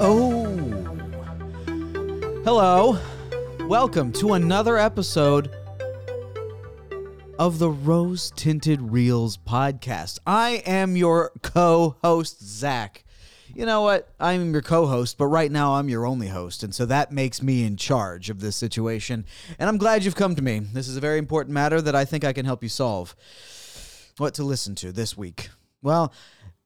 Oh. Hello. Welcome to another episode of the Rose Tinted Reels podcast. I am your co host, Zach. You know what? I'm your co host, but right now I'm your only host. And so that makes me in charge of this situation. And I'm glad you've come to me. This is a very important matter that I think I can help you solve what to listen to this week. Well,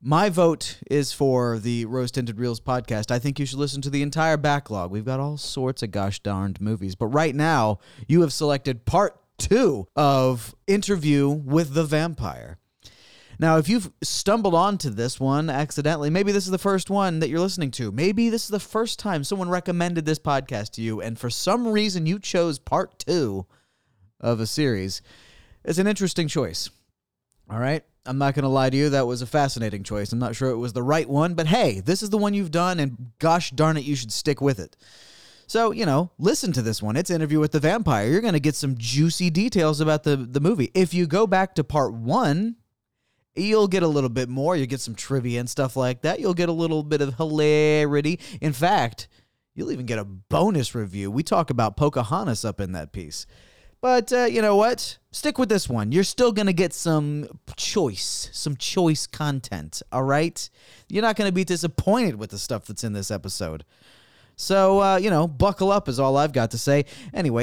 my vote is for the Rose Tinted Reels podcast. I think you should listen to the entire backlog. We've got all sorts of gosh darned movies, but right now you have selected part two of Interview with the Vampire. Now, if you've stumbled onto this one accidentally, maybe this is the first one that you're listening to. Maybe this is the first time someone recommended this podcast to you, and for some reason you chose part two of a series. It's an interesting choice. All right. I'm not going to lie to you. That was a fascinating choice. I'm not sure it was the right one, but hey, this is the one you've done, and gosh darn it, you should stick with it. So, you know, listen to this one. It's Interview with the Vampire. You're going to get some juicy details about the, the movie. If you go back to part one, you'll get a little bit more. You'll get some trivia and stuff like that. You'll get a little bit of hilarity. In fact, you'll even get a bonus review. We talk about Pocahontas up in that piece. But uh, you know what? Stick with this one. You're still going to get some choice, some choice content, all right? You're not going to be disappointed with the stuff that's in this episode. So, uh, you know, buckle up is all I've got to say.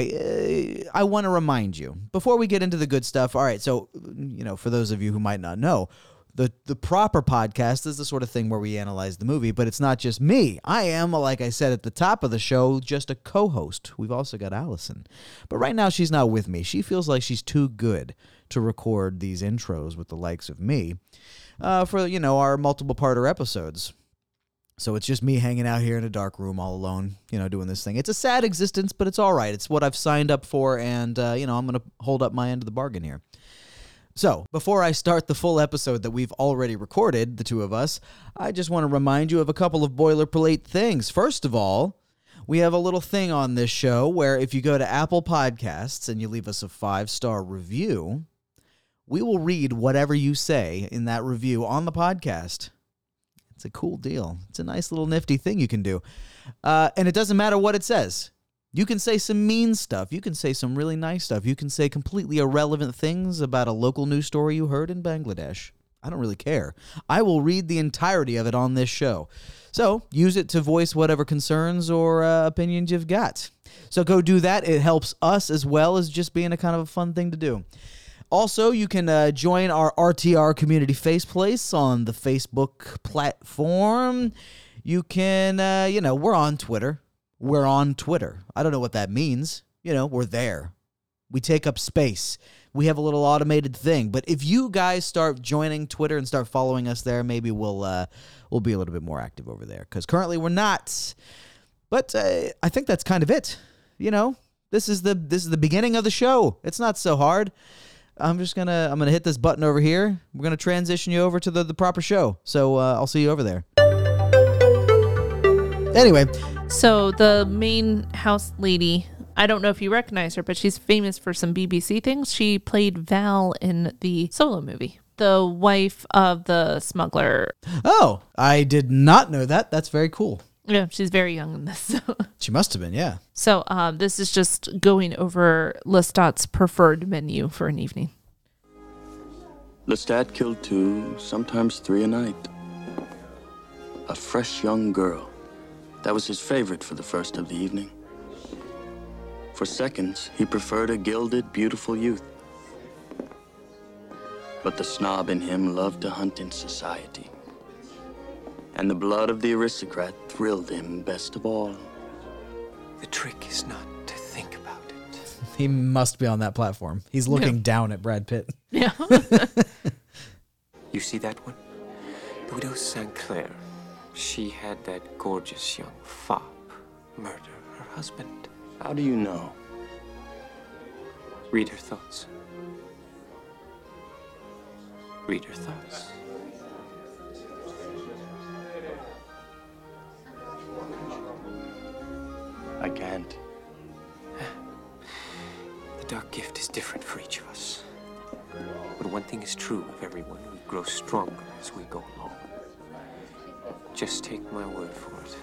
Anyway, uh, I want to remind you before we get into the good stuff. All right, so, you know, for those of you who might not know, the, the proper podcast is the sort of thing where we analyze the movie, but it's not just me. I am, like I said at the top of the show, just a co host. We've also got Allison. But right now, she's not with me. She feels like she's too good to record these intros with the likes of me uh, for, you know, our multiple parter episodes. So it's just me hanging out here in a dark room all alone, you know, doing this thing. It's a sad existence, but it's all right. It's what I've signed up for, and, uh, you know, I'm going to hold up my end of the bargain here. So, before I start the full episode that we've already recorded, the two of us, I just want to remind you of a couple of boilerplate things. First of all, we have a little thing on this show where if you go to Apple Podcasts and you leave us a five star review, we will read whatever you say in that review on the podcast. It's a cool deal. It's a nice little nifty thing you can do. Uh, and it doesn't matter what it says. You can say some mean stuff. You can say some really nice stuff. You can say completely irrelevant things about a local news story you heard in Bangladesh. I don't really care. I will read the entirety of it on this show. So use it to voice whatever concerns or uh, opinions you've got. So go do that. It helps us as well as just being a kind of a fun thing to do. Also, you can uh, join our RTR community faceplace on the Facebook platform. You can, uh, you know, we're on Twitter. We're on Twitter. I don't know what that means. You know, we're there. We take up space. We have a little automated thing. But if you guys start joining Twitter and start following us there, maybe we'll uh, we'll be a little bit more active over there. Because currently we're not. But uh, I think that's kind of it. You know, this is the this is the beginning of the show. It's not so hard. I'm just gonna I'm gonna hit this button over here. We're gonna transition you over to the the proper show. So uh, I'll see you over there. Anyway, So the main house lady, I don't know if you recognize her, but she's famous for some BBC things. She played Val in the solo movie. The wife of the smuggler. oh, I did not know that. That's very cool. Yeah, she's very young in this. So, She must have been, yeah. so um, this is just going over Lestat's preferred menu for an evening. Lestat killed two, sometimes three a night. A fresh young girl. That was his favorite for the first of the evening. For seconds, he preferred a gilded, beautiful youth. But the snob in him loved to hunt in society. And the blood of the aristocrat thrilled him best of all. The trick is not to think about it. He must be on that platform. He's looking down at Brad Pitt. Yeah. You see that one? The widow St. Clair. She had that gorgeous young fop murder her husband. How do you know? Read her thoughts. Read her thoughts. I can't. The dark gift is different for each of us. But one thing is true of everyone we grow stronger as we go along. Just take my word for it.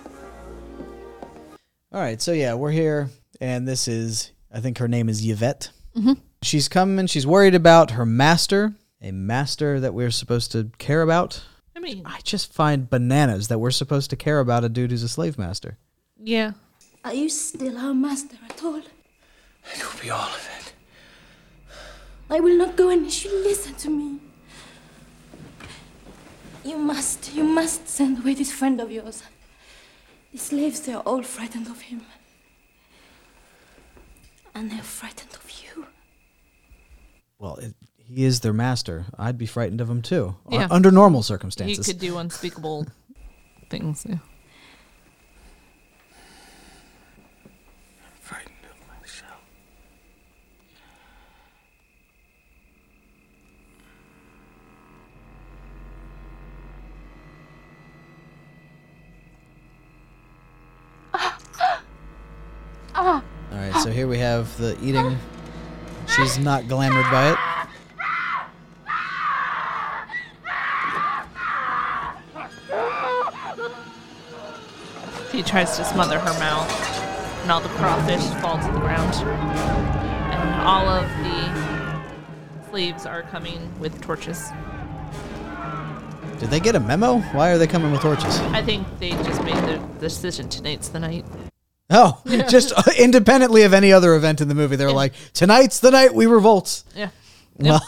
All right, so yeah, we're here, and this is, I think her name is Yvette. Mm-hmm. She's come and she's worried about her master, a master that we're supposed to care about. I mean, I just find bananas that we're supposed to care about a dude who's a slave master. yeah. Are you still our master at all? It will be all of it. I will not go unless you listen to me. You must, you must send away this friend of yours. The slaves, they are all frightened of him. And they're frightened of you. Well, it, he is their master. I'd be frightened of him too, u- Yeah. under normal He circumstances. could do unspeakable things. yeah. I'm frightened of myself. All right, so here we have the eating. She's not glamored by it. She tries to smother her mouth, and all the crawfish fall to the ground. And all of the slaves are coming with torches. Did they get a memo? Why are they coming with torches? I think they just made the decision tonight's the night. Oh, just independently of any other event in the movie, they're like, tonight's the night we revolt. Yeah. Well,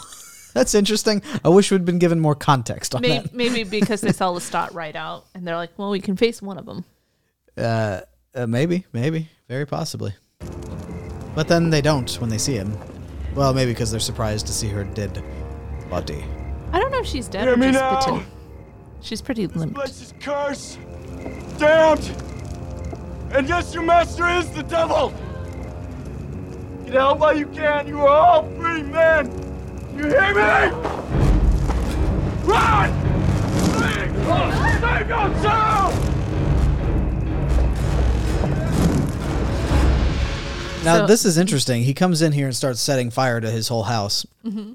that's interesting. I wish we'd been given more context on Maybe, maybe because they saw Lestat right out, and they're like, well, we can face one of them. that. Uh, uh, maybe, maybe, very possibly. But then they don't when they see him. Well, maybe because they're surprised to see her dead body. I don't know if she's dead Hear or me just now. bitten. She's pretty limped. Bless his curse! Damned! And yes, your master is the devil! Get out while you can, you are all free men! You hear me? Run! Flee! Save yourself! Now So- this is interesting. He comes in here and starts setting fire to his whole house, Mm-hmm.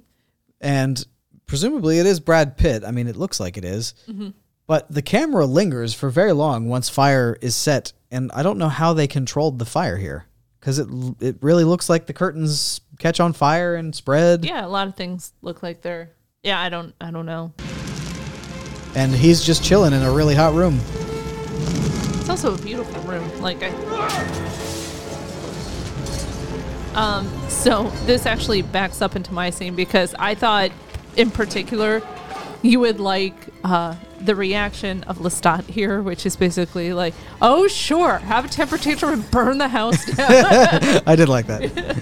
and presumably it is Brad Pitt. I mean, it looks like it is. Mm-hmm. but the camera lingers for very long once fire is set, and I don't know how they controlled the fire here because it l- it really looks like the curtains catch on fire and spread, Yeah, a lot of things look like they're. Yeah, I don't. I don't know. and he's just chilling in a really hot room. It's also a beautiful room. Like I. Um, so this actually backs up into my scene because I thought, in particular, you would like uh, the reaction of Lestat here, which is basically like, "Oh, sure, have a temper tantrum and burn the house down." I did like that.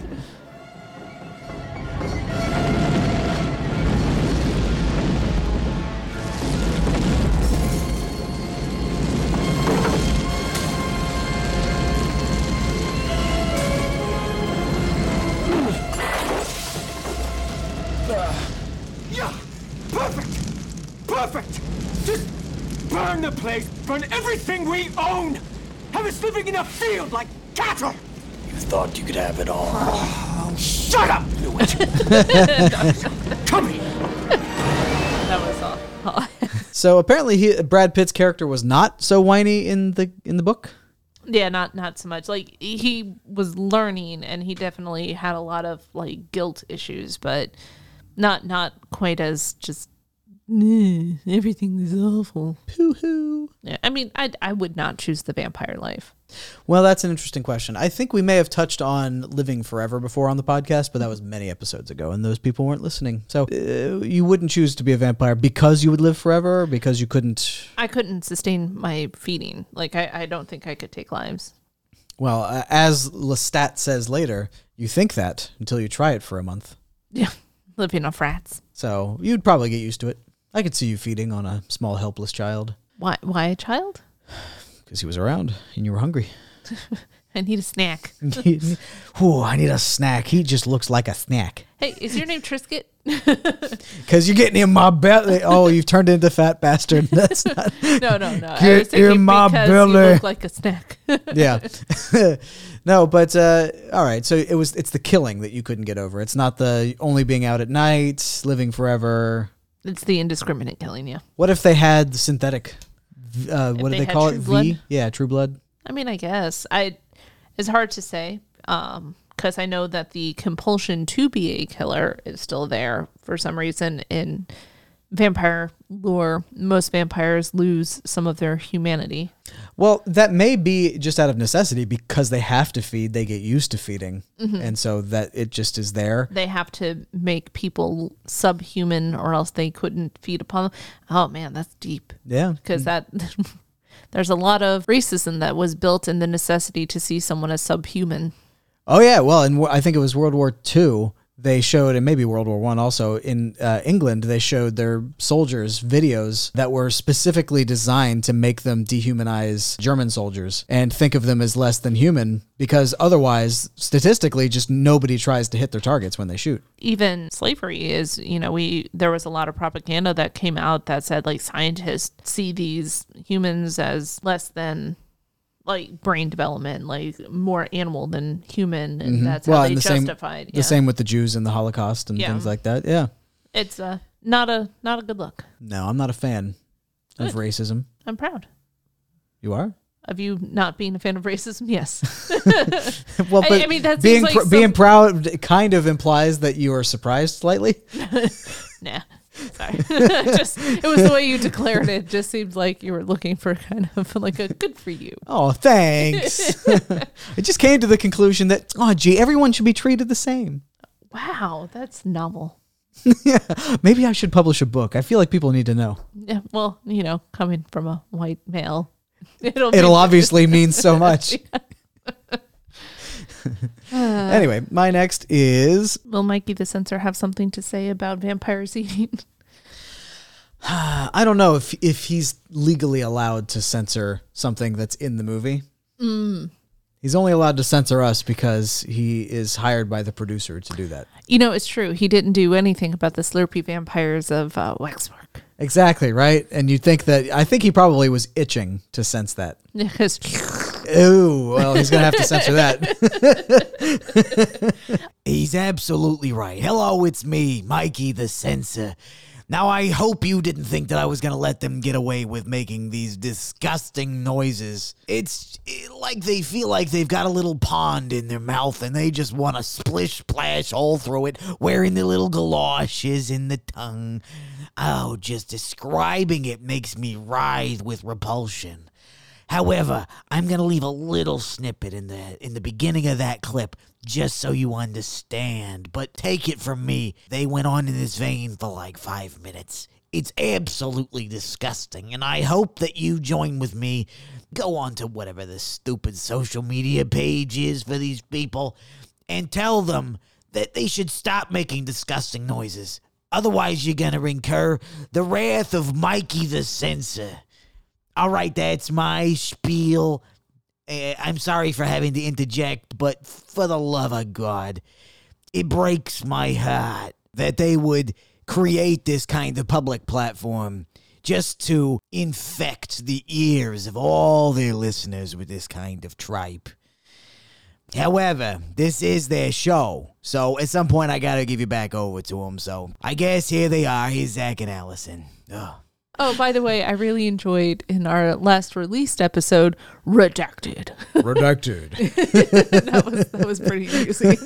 Yeah! Perfect! Perfect! Just burn the place! Burn everything we own! Have us living in a field like cattle! You thought you could have it all. Shut up, Lewis! Come here! that was all. all- so apparently, he, Brad Pitt's character was not so whiny in the in the book. yeah, not not so much. Like he was learning, and he definitely had a lot of like guilt issues, but not not quite as just. "Nah, Everything is awful. Pooh hoo. Yeah, I mean, I I would not choose the vampire life. Well, that's an interesting question. I think we may have touched on living forever before on the podcast, but that was many episodes ago, and those people weren't listening. So uh, you wouldn't choose to be a vampire because you would live forever, or because you couldn't. I couldn't sustain my feeding. Like, I, I don't think I could take lives. Well, uh, as Lestat says later, you think that until you try it for a month. Yeah, living off rats. So you'd probably get used to it. I could see you feeding on a small, helpless child Why? Why a child? because he was around and you were hungry. I need a snack. Ooh, I need a snack. He just looks like a snack. Hey, is your name Trisket? Because you're getting in my belly. Oh, you've turned into fat bastard. That's not. No, no, no. Get in my because You belly. look like a snack. yeah no but uh all right so it was it's the killing that you couldn't get over it's not the only being out at night living forever it's the indiscriminate killing. Yeah. what if they had the synthetic v- uh, what do they they had call it True Blood? v yeah true blood I mean, I guess I. is hard to say because I know that the compulsion to be a killer is still there for some reason in vampire lore. Most vampires lose some of their humanity. Well, that may be just out of necessity because they have to feed. They get used to feeding, Mm-hmm. and so that it just is there. They have to make people subhuman or else they couldn't feed upon them. Oh man, that's deep. Yeah, because that there's a lot of racism that was built in the necessity to see someone as subhuman. Oh yeah, well, and I think it was World War II. They showed, and maybe World War One also in uh, England. They showed their soldiers videos that were specifically designed to make them dehumanize German soldiers and think of them as less than human, because otherwise, statistically, just nobody tries to hit their targets when they shoot. Even slavery is, you know, we there was a lot of propaganda that came out that said like scientists see these humans as less than like brain development, like more animal than human, and that's how they Mm-hmm. and justified. same, yeah. the same with the Jews and the Holocaust and Yeah. things like that. Yeah, It's uh, not a not a good look. no, I'm not a fan of Good. racism. I'm proud You are. of you not being a fan of racism. Yes, Well, I- but I mean, that being seems like pr- some- being proud kind of implies that you are surprised slightly. nah. Sorry. just it was the way you declared it. Just seemed like you were looking for kind of like a good for you. Oh, thanks. I just came to the conclusion that oh, gee, everyone should be treated the same. Wow, that's novel. Maybe I should publish a book. I feel like people need to know. Yeah, well, you know, coming from a white male, it'll be- It'll obviously mean so much. anyway, my next is Will Mikey the censor have something to say about vampires eating? I don't know if if he's legally allowed to censor something that's in the movie. He's only allowed to censor us because he is hired by the producer to do that. you know, it's true. He didn't do anything about the slurpy vampires of uh, Waxwork. Exactly, right? And you'd think that I think he probably was itching to sense that. Because Ooh, well, he's going to have to censor that. he's absolutely right. Hello, it's me, Mikey the Censor. Now, I hope you didn't think that I was going to let them get away with making these disgusting noises. It's eh, like they feel like they've got a little pond in their mouth and they just want to splish splash all through it, wearing their little galoshes in the tongue. Oh, just describing it makes me writhe with repulsion. However, I'm going to leave a little snippet in the in the beginning of that clip just so you understand, but take it from me, they went on in this vein for like 5 minutes. It's absolutely disgusting, and I hope that you join with me. Go on to whatever the stupid social media page is for these people and tell them that they should stop making disgusting noises. Otherwise, you're going to incur the wrath of Mikey the censor. All right, that's my spiel. Eh, I'm sorry for having to interject, but for the love of God, it breaks my heart that they would create this kind of public platform just to infect the ears of all their listeners with this kind of tripe. However, this is their show, so at some point I gotta give you back over to them. So I guess here they are. Here's Zach and Allison. Ugh. oh, by the way, I really enjoyed in our last released episode, redacted. Redacted. that was that was pretty amusing.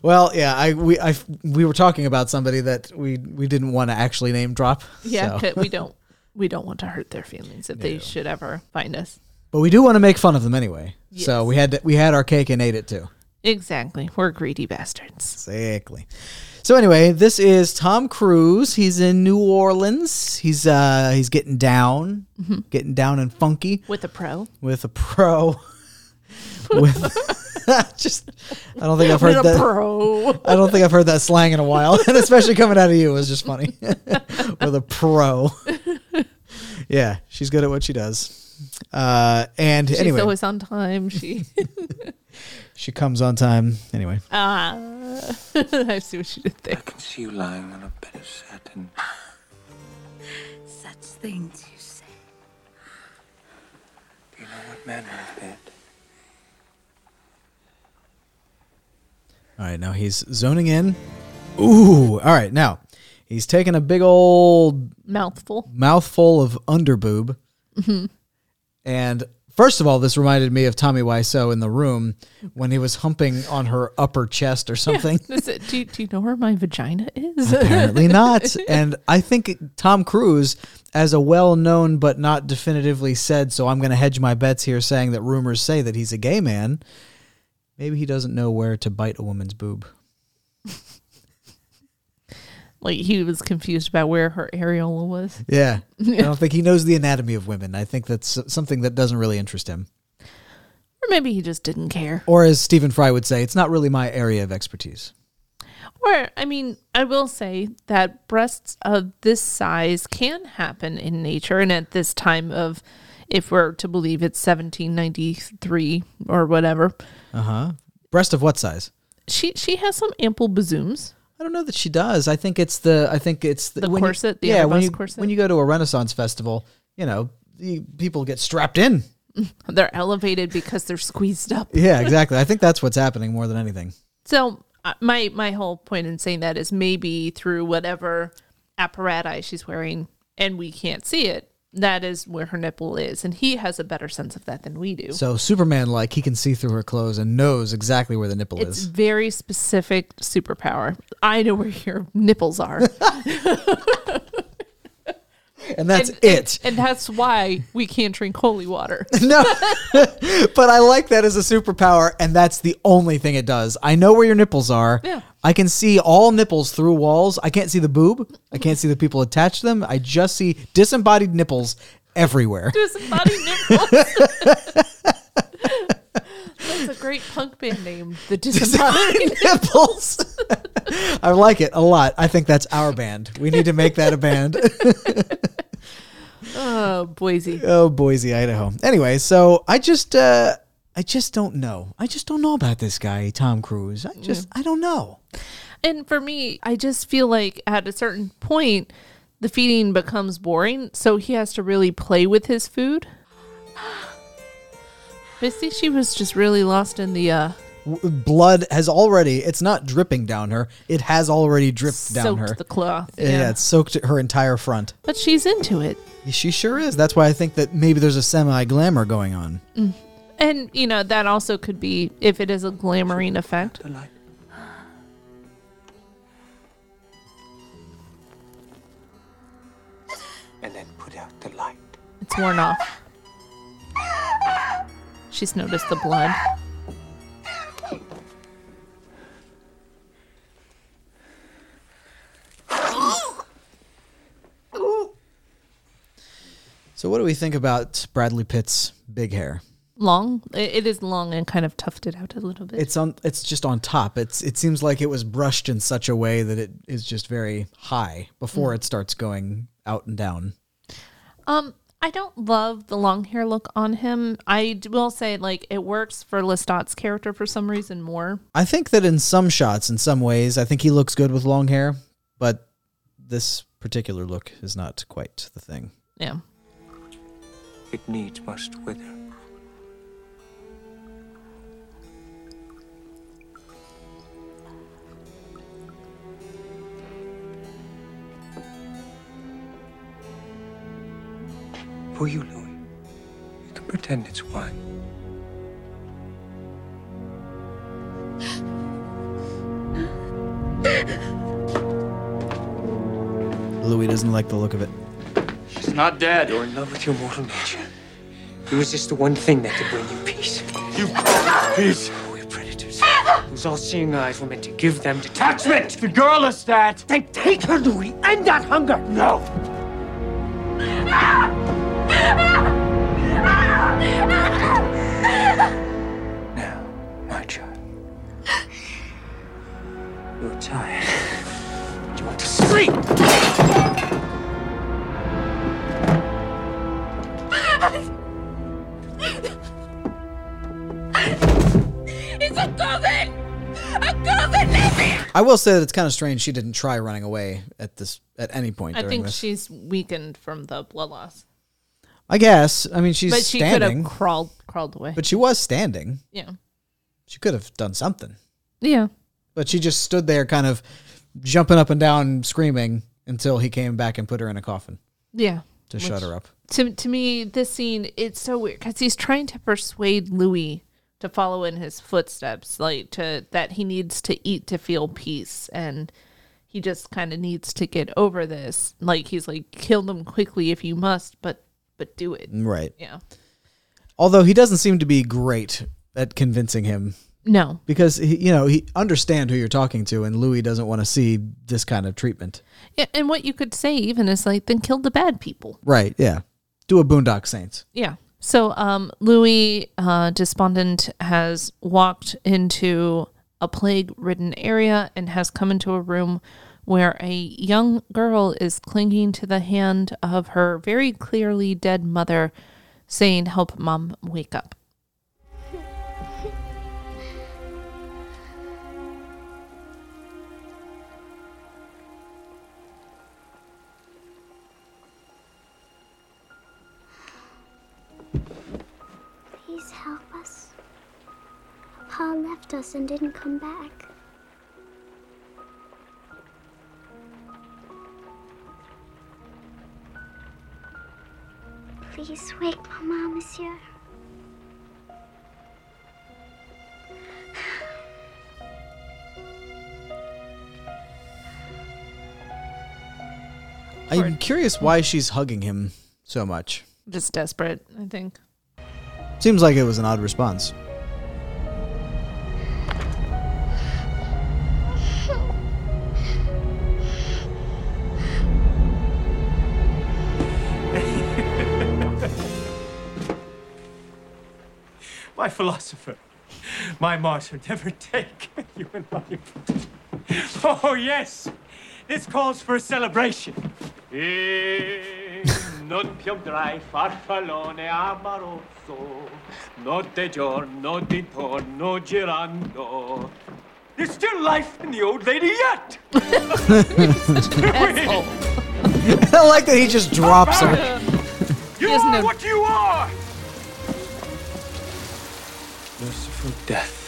Well, yeah, I we I we were talking about somebody that we we didn't want to actually name drop. Yeah, so. 'cause we don't we don't want to hurt their feelings if they should ever find us. but we do want to make fun of them anyway. So Yes. we had to, we had our cake and ate it too. Exactly, we're greedy bastards. Exactly. So anyway, this is Tom Cruise. He's in New Orleans. He's uh he's getting down, Mm-hmm. getting down and funky With a pro, with a pro. with just, I don't think I've heard with a that. pro. I don't think I've heard that slang in a while, and especially coming out of you it was just funny. With a pro. yeah, she's good at what she does. Uh, and She's anyway, always on time. She, she comes on time. Anyway, ah, I see what she did there. I can see you lying on a bed of satin. Such things you say. Do you know what manner of bed? all right, now he's zoning in. Ooh, all right, now he's taking a big old Mouthful. mouthful of underboob, and First of all, this reminded me of Tommy Wiseau in the room when he was humping on her upper chest or something. Is it- do, do you know where my vagina is? Apparently not. And I think Tom Cruise, as a well known but not definitively said, so I'm going to hedge my bets here saying that rumors say that he's a gay man, maybe he doesn't know where to bite a woman's boob. like he was confused about where her areola was. Yeah. I don't think he knows the anatomy of women. I think that's something that doesn't really interest him. Or maybe he just didn't care. Or as Stephen Fry would say, it's not really my area of expertise. Or, I mean, I will say that breasts of this size can happen in nature. And at this time of, if we're to believe it's 1793 or whatever, Breast of what size? she she has some ample bazooms. I don't know that she does. I think it's the I think it's The when you- corset, the when underbust you, corset? When you go to a Renaissance festival, you know the people get strapped in. They're elevated because they're squeezed up. Yeah, exactly. I think that's what's happening more than anything. So uh, my my whole point in saying that is maybe through whatever apparatus she's wearing and we can't see it, that is where her nipple is, and he has a better sense of that than we do. So Superman, like he can see through her clothes and knows exactly where the nipple it's is. very specific superpower. I know where your nipples are. And that's And- it. And, and that's why we can't drink holy water. no. but I like that as a superpower and that's the only thing it does. I know where your nipples are. Yeah. I can see all nipples through walls. I can't see the boob. I can't see the people attached to them. I just see disembodied nipples everywhere. Disembodied nipples. That's a great punk band name. The disembodied. nipples. I like it a lot. I think that's our band. We need to make that a band. oh, Boise. oh, Boise, Idaho. Anyway, so I just uh I just don't know. I just don't know about this guy, Tom Cruise. I just I don't know. And for me, I just feel like at a certain point, the feeding becomes boring. So he has to really play with his food. But see, she was just really lost in the uh, W- Blood has already it's not dripping down her. It has already dripped down soaked her. the cloth. yeah. it's soaked her entire front. But she's into it. She sure is. That's why I think that maybe there's a semi glamour going on. And, you know, that also could be if it is a glamoring effect. The light. Ah. And then put out the light. It's worn off. She's noticed the blood. So what do we think about Bradley Pitt's big hair? Long. I- It is long and kind of tufted out a little bit. It's on. It's just on top. It's. It seems like it was brushed in such a way that it is just very high before Mm. it starts going out and down. Um, I don't love the long hair look on him. I d- will say, like, it works for Lestat's character for some reason more. I think that in some shots, in some ways, I think he looks good with long hair, but this particular look is not quite the thing. Yeah. It needs must wither. For you, Louis, you can pretend it's wine. Louis doesn't like the look of it. She's not dead. You're in love with your mortal nature. It was just the one thing that could bring you peace. You peace. We're predators. Those all-seeing eyes were meant to give them detachment. The girl is that. Then take her, Louis. End that hunger. No. Now, my child. You're tired. You want to sleep. It's a coven! A coven, leave me! I will say that it's kind of strange she didn't try running away at this at any point. I during think this. she's weakened from the blood loss. I guess. I mean, she's But she could standing, have crawled crawled away. but she was standing. yeah. She could have done something. Yeah. But she just stood there, kind of jumping up and down, screaming until he came back and put her in a coffin. Yeah. to shut her up. to to me this scene it's so weird because he's trying to persuade louis to follow in his footsteps like to that he needs to eat to feel peace and he just kind of needs to get over this like he's like kill them quickly if you must but but do it Right. yeah Although he doesn't seem to be great at convincing him no because he, you know, he understand who you're talking to and Louis doesn't want to see this kind of treatment. yeah, and what you could say even is like then kill the bad people Right. Yeah. Do a Boondock Saints. Yeah. So um, Louis uh, Despondent has walked into a plague ridden area and has come into a room where a young girl is clinging to the hand of her very clearly dead mother, saying, Help, mom, wake up. Please help us. Pa left us and didn't come back. Please wake Mama, Monsieur. I'm curious why she's hugging him so much. Just desperate, I think. Seems like it was an odd response. My philosopher, my martyr, never take you in life. Oh, yes, this calls for a celebration. non piomdrai farfallone amarozzo, notte giorno di torno girando. There's still life in the old lady yet! I like that he just drops her. You Isn't are it- what you are! Merciful death.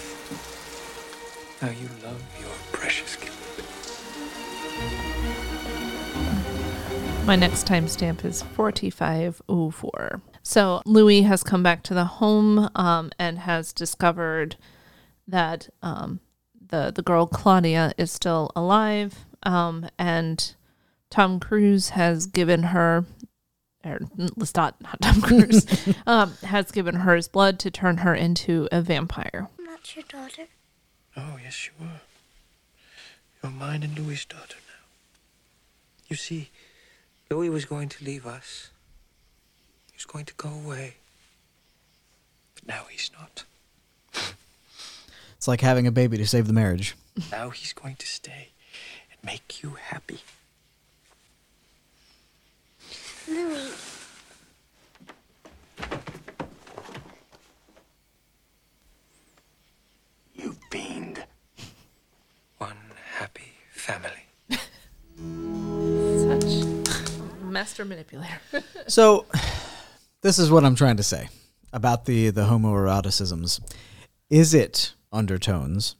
How you love your precious gift. My next timestamp is 4504. So Louis has come back to the home um, and has discovered that um, the the girl Claudia is still alive, um, and Tom Cruise has given her, or let's not not Tom Cruise, um, has given her his blood to turn her into a vampire. I'm not your daughter. Oh, yes, you were. You're mine and Louis' daughter now. You see, Louis was going to leave us. He was going to go away. But now he's not. It's like having a baby to save the marriage. Now he's going to stay and make you happy. Louis. You fiend. One happy family. Such master manipulator. So, this is what I'm trying to say about the the homoeroticisms. Is it undertones,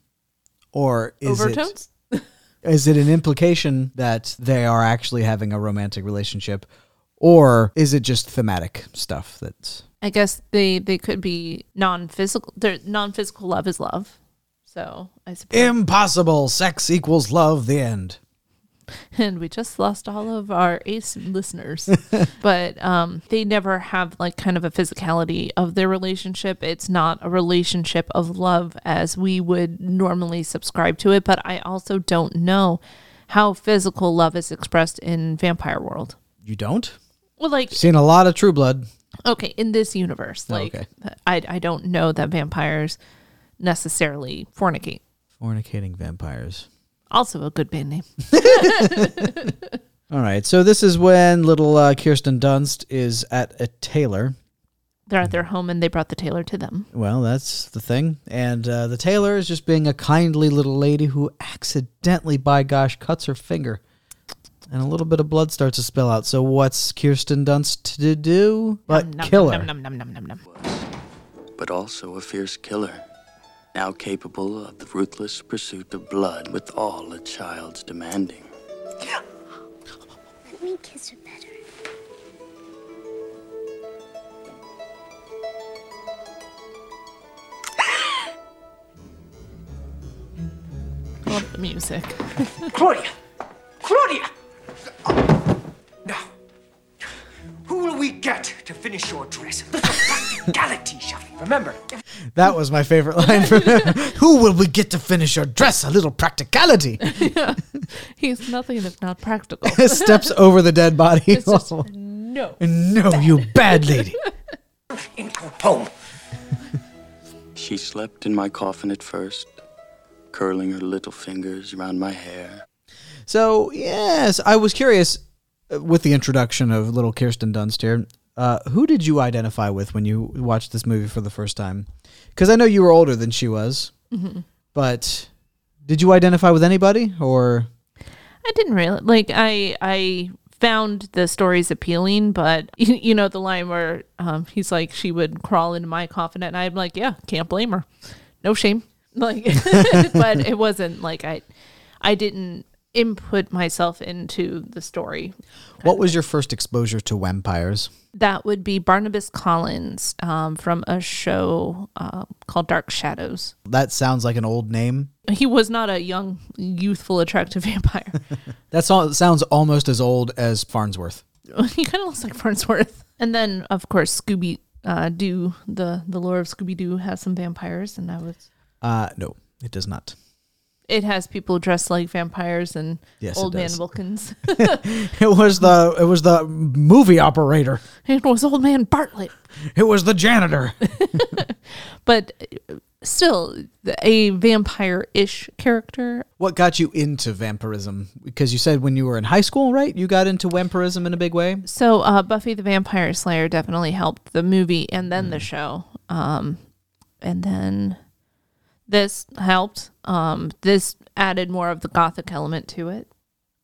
or is Overtones. it is it an implication that they are actually having a romantic relationship, or is it just thematic stuff that's I guess they they could be non physical. Their non physical love is love. So I suppose. impossible? Sex equals love. The end. and we just lost all of our ace listeners, but um, they never have like kind of a physicality of their relationship. It's not a relationship of love as we would normally subscribe to it. But I also don't know how physical love is expressed in Vampire World. You don't Well, like seen a lot of True Blood. okay in this universe, like okay. I I don't know that vampires necessarily fornicate. Fornicating vampires. Also a good band name. All right, so this is when little uh, Kirsten Dunst is at a tailor. They're at their home and they brought the tailor to them. Well, that's the thing. And uh, the tailor is just being a kindly little lady who accidentally, by gosh, cuts her finger. And a little bit of blood starts to spill out. So what's Kirsten Dunst to do but Nom, kill her? nom, nom, nom, nom, nom, nom. but also a fierce killer, now capable of the ruthless pursuit of blood with all a child's demanding. Let me kiss her better. love the music. Claudia! Claudia! Now, who will we get to finish your dress? The practicality, Shafi. Remember, That was my favorite line from Who will we get to finish your dress? A little practicality. He's nothing if not practical. Steps over the dead body. It's just no. no, you bad lady. into a poem. She slept in my coffin at first, curling her little fingers round my hair. So, yes, I was curious uh, with the introduction of little Kirsten Dunst here. Uh, who did you identify with when you watched this movie for the first time? Because I know you were older than she was, but did you identify with anybody or I didn't really like. I I found the stories appealing, but you, you know the line where um, he's like, she would crawl into my coffin, and I'm like, yeah, can't blame her. No shame. Like, but it wasn't like I I didn't input myself into the story what was your first exposure to vampires? That would be Barnabas Collins um, from a show uh, called Dark Shadows. That sounds like an old name. He was not a young, youthful, attractive vampire. That so- sounds almost as old as Farnsworth. he kind of looks like Farnsworth. And then, of course, Scooby uh, Doo, the, the lore of Scooby Doo has some vampires. And I was, Uh, no, it does not. it has people dressed like vampires and Yes, it old man does. Wilkins. It was the it was the movie operator. it was old man Bartlett. It was the janitor. But uh, still, a vampire ish character. what got you into vampirism? Because you said when you were in high school, right? You got into vampirism in a big way. So uh, Buffy the Vampire Slayer definitely helped the movie and then the show. Um, and then this helped. Um, this added more of the gothic element to it.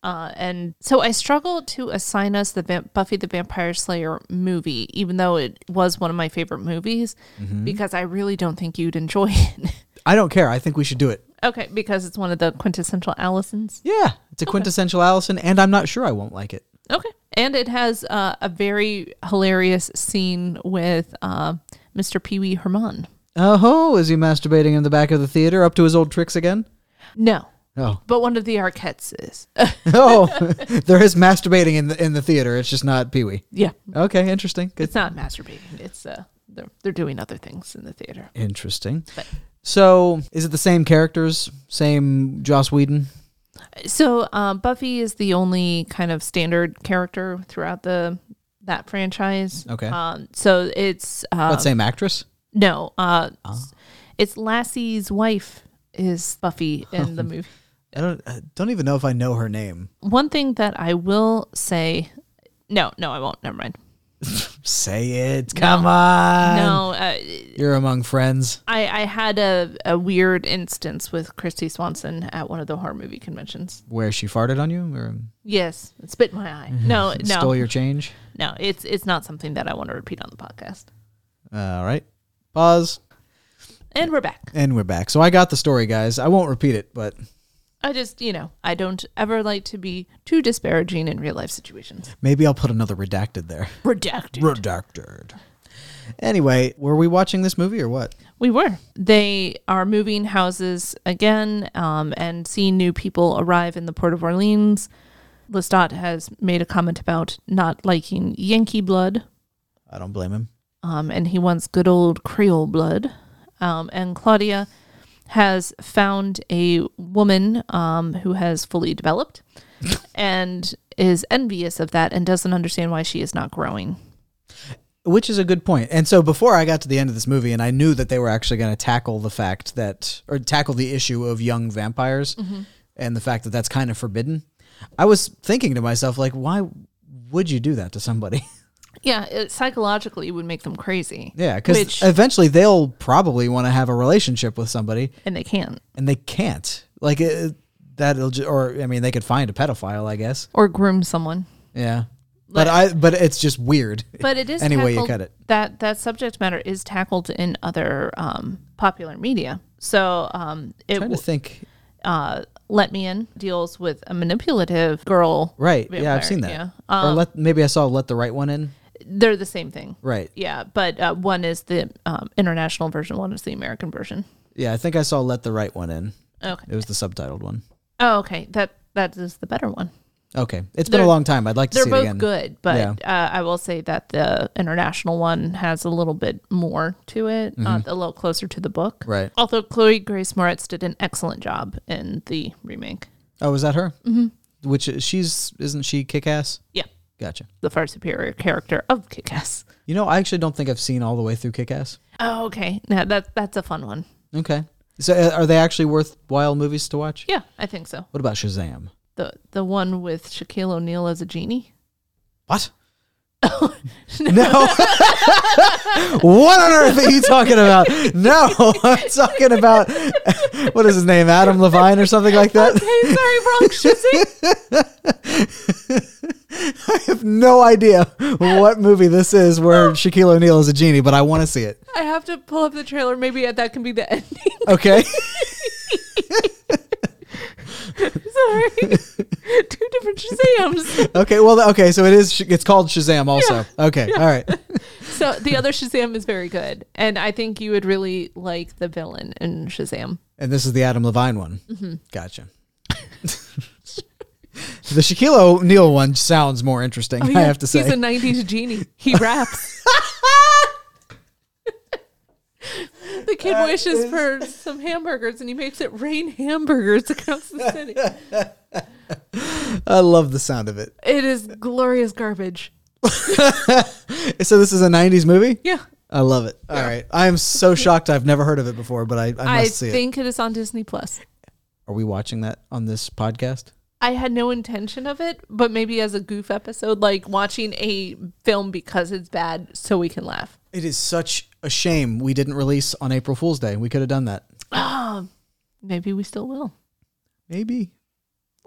Uh, and so I struggle to assign us the Vamp- Buffy the Vampire Slayer movie, even though it was one of my favorite movies, because I really don't think you'd enjoy it. I don't care. I think we should do it. okay, because it's one of the quintessential Allisons. Yeah, it's a quintessential Allison, and I'm not sure I won't like it. Okay. And it has uh, a very hilarious scene with uh, Mr. Pee Wee Herman. Oh, is he masturbating in the back of the theater, up to his old tricks again? No, Oh, but one of the Arquettes is. oh, there is masturbating in the in the theater. It's just not Pee Wee. yeah. Okay, interesting. Good. It's not masturbating. It's uh, they're, they're doing other things in the theater. Interesting. But- So, is it the same characters? Same Joss Whedon? So um, Buffy is the only kind of standard character throughout the that franchise. Okay. Um, so it's uh, What, same actress? no, uh, it's Lassie's wife is Buffy in the movie. I don't I don't even know if I know her name. One thing that I will say, no, no, I won't. Never mind. Say it. Come on. No, uh, You're among friends. I, I had a, a weird instance with Christy Swanson at one of the horror movie conventions. Where she farted on you or Yes, it spit in my eye. No, no, Mm-hmm. stole your change? no. It's it's not something that I want to repeat on the podcast. all right. Pause. And we're back. And we're back. So I got the story, guys. I won't repeat it, but I just you know I don't ever like to be too disparaging in real life situations. maybe I'll put another redacted there. Redacted. Redacted. Anyway, were we watching this movie or what? We were. They are moving houses again um, and seeing new people arrive in the Port of Orleans. Lestat has made a comment about not liking Yankee blood, I don't blame him. um, and he wants good old Creole blood. Um, and Claudia has found a woman um, who has fully developed and is envious of that and doesn't understand why she is not growing. Which is a good point. And so before I got to the end of this movie and I knew that they were actually going to tackle the fact that, or tackle the issue of young vampires and the fact that that's kind of forbidden, I was thinking to myself, like, why would you do that to somebody? Yeah, it psychologically would make them crazy. yeah. Because Which- eventually they'll probably want to have a relationship with somebody and they can't. and they can't. Like, it, that'll, ju- or I mean, they could find a pedophile, I guess. Or groom someone. Yeah. But I, but it's just weird. but it is any way you tackled- cut it. That that subject matter is tackled in other um, popular media. So um, it trying w- to think. uh, Let Me In deals with a manipulative girl. Right. yeah, Vampire, I've seen that. yeah. Um, or let, maybe I saw Let the Right One In. They're the same thing. Right. Yeah, but uh, one is the um, international version, one is the American version. Yeah, I think I saw Let the Right One In. Okay. It was the subtitled one. Oh, okay. That that is the better one. Okay, it's been a They're- long time. I'd like to They're see it both again. good, but uh, I will say that the international one has a little bit more to it, uh, a little closer to the book. Mm-hmm. Right. Although Chloe Grace Moretz did an excellent job in the remake. Oh, is that her? Mm-hmm. Which is- she's isn't she kick ass? Yeah, Gotcha. the far superior character of Kick-Ass. You know, I actually don't think I've seen all the way through Kick Ass. Oh, okay. Now that that's a fun one. Okay, so uh, are they actually worthwhile movies to watch? Yeah, I think so. What about Shazam? The the one with Shaquille O'Neal as a genie. What? no. what on earth are you talking about? No, I'm talking about what is his name? Adam Levine or something like that. Okay, sorry, wrong Shazam. I have no idea what movie this is where Shaquille O'Neal is a genie, but I want to see it. I have to pull up the trailer. Maybe that can be the ending. Okay. sorry, two different Shazams. Okay. Well, okay. So it is. It's called Shazam. Also. Okay. All right. So the other Shazam is very good, and I think you would really like the villain in Shazam. And this is the Adam Levine one. Mm-hmm. Gotcha. the Shaquille O'Neal one sounds more interesting. I have to say. Oh, he's a '90s genie. He raps. the kid wishes for some hamburgers, and he makes it rain hamburgers across the city. I love the sound of it. It is glorious garbage. So this is a '90s movie. Yeah. I love it. All right. I am so shocked. I've never heard of it before, but I, I must I see it. think it is on Disney Plus. Are we watching that on this podcast? I had no intention of it, but maybe as a goof episode, like watching a film because it's bad, so we can laugh. It is such a shame we didn't release on April Fool's Day. We could have done that. Maybe we still will, Maybe.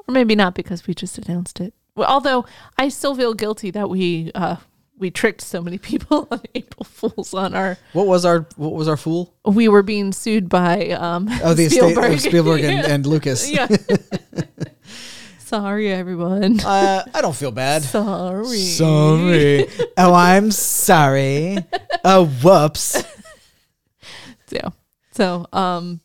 or maybe not because we just announced it. Well, although I still feel guilty that we uh, we tricked so many people on April Fools on our. What was our What was our fool? We were being sued by um, Oh, the estate Spielberg. of Spielberg and, and Lucas. yeah. Sorry, everyone. Uh, I don't feel bad. Sorry. Sorry. oh, I'm sorry. Oh, whoops. Yeah. So, um,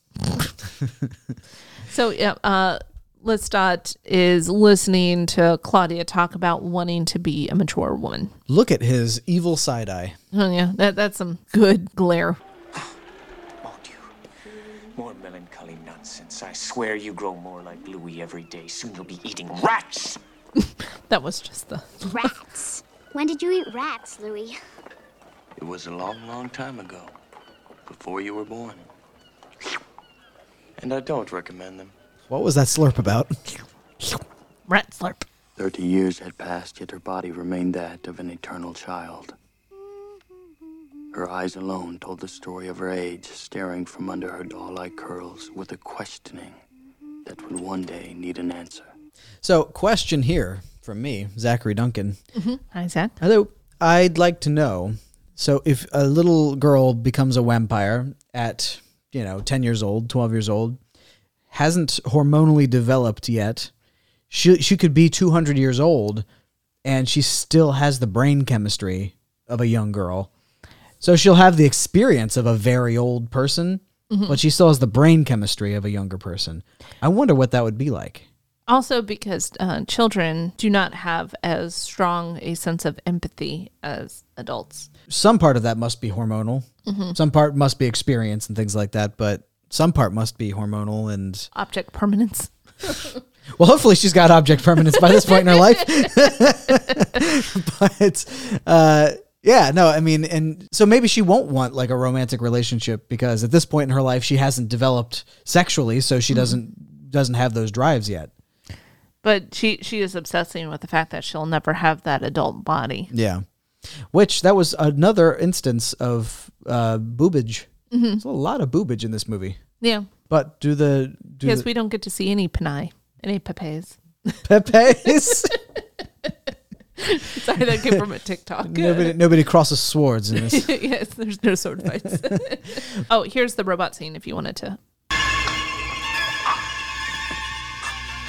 so yeah, uh, Lestat is listening to Claudia talk about wanting to be a mature woman. Look at his evil side eye. Oh yeah, that that's some good glare. Won't you? More melancholy nonsense. I swear you grow more like Louis every day. Soon you'll be eating rats! That was just the Rats. when did you eat rats, Louis? It was a long, long time ago, before you were born. And I don't recommend them. What was that slurp about? rat slurp. Thirty years had passed, yet her body remained that of an eternal child. Her eyes alone told the story of her age, staring from under her doll like curls with a questioning that would one day need an answer. So, question here from me, Zachary Duncan. Hi, Zach. Hello. I'd like to know. So, if a little girl becomes a vampire at, you know, 10 years old, 12 years old, hasn't hormonally developed yet, she, she could be 200 years old and she still has the brain chemistry of a young girl. So, she'll have the experience of a very old person, but she still has the brain chemistry of a younger person. I wonder what that would be like. Also, because uh, children do not have as strong a sense of empathy as adults. some part of that must be hormonal. Some part must be experience and things like that, but some part must be hormonal and Object permanence. well hopefully she's got object permanence by this point in her life. but uh yeah, no, I mean and so maybe she won't want like a romantic relationship because at this point in her life she hasn't developed sexually, so she doesn't doesn't have those drives yet. But she she is obsessing with the fact that she'll never have that adult body. Yeah. Which that was another instance of uh boobage. There's a lot of boobage in this movie. Yeah. But do the do Because the, we don't get to see any panai, any pepes. Pepe's. Sorry, that came from a TikTok. nobody, nobody crosses swords in this. yes, there's no sword fights. oh, here's the robot scene if you wanted to.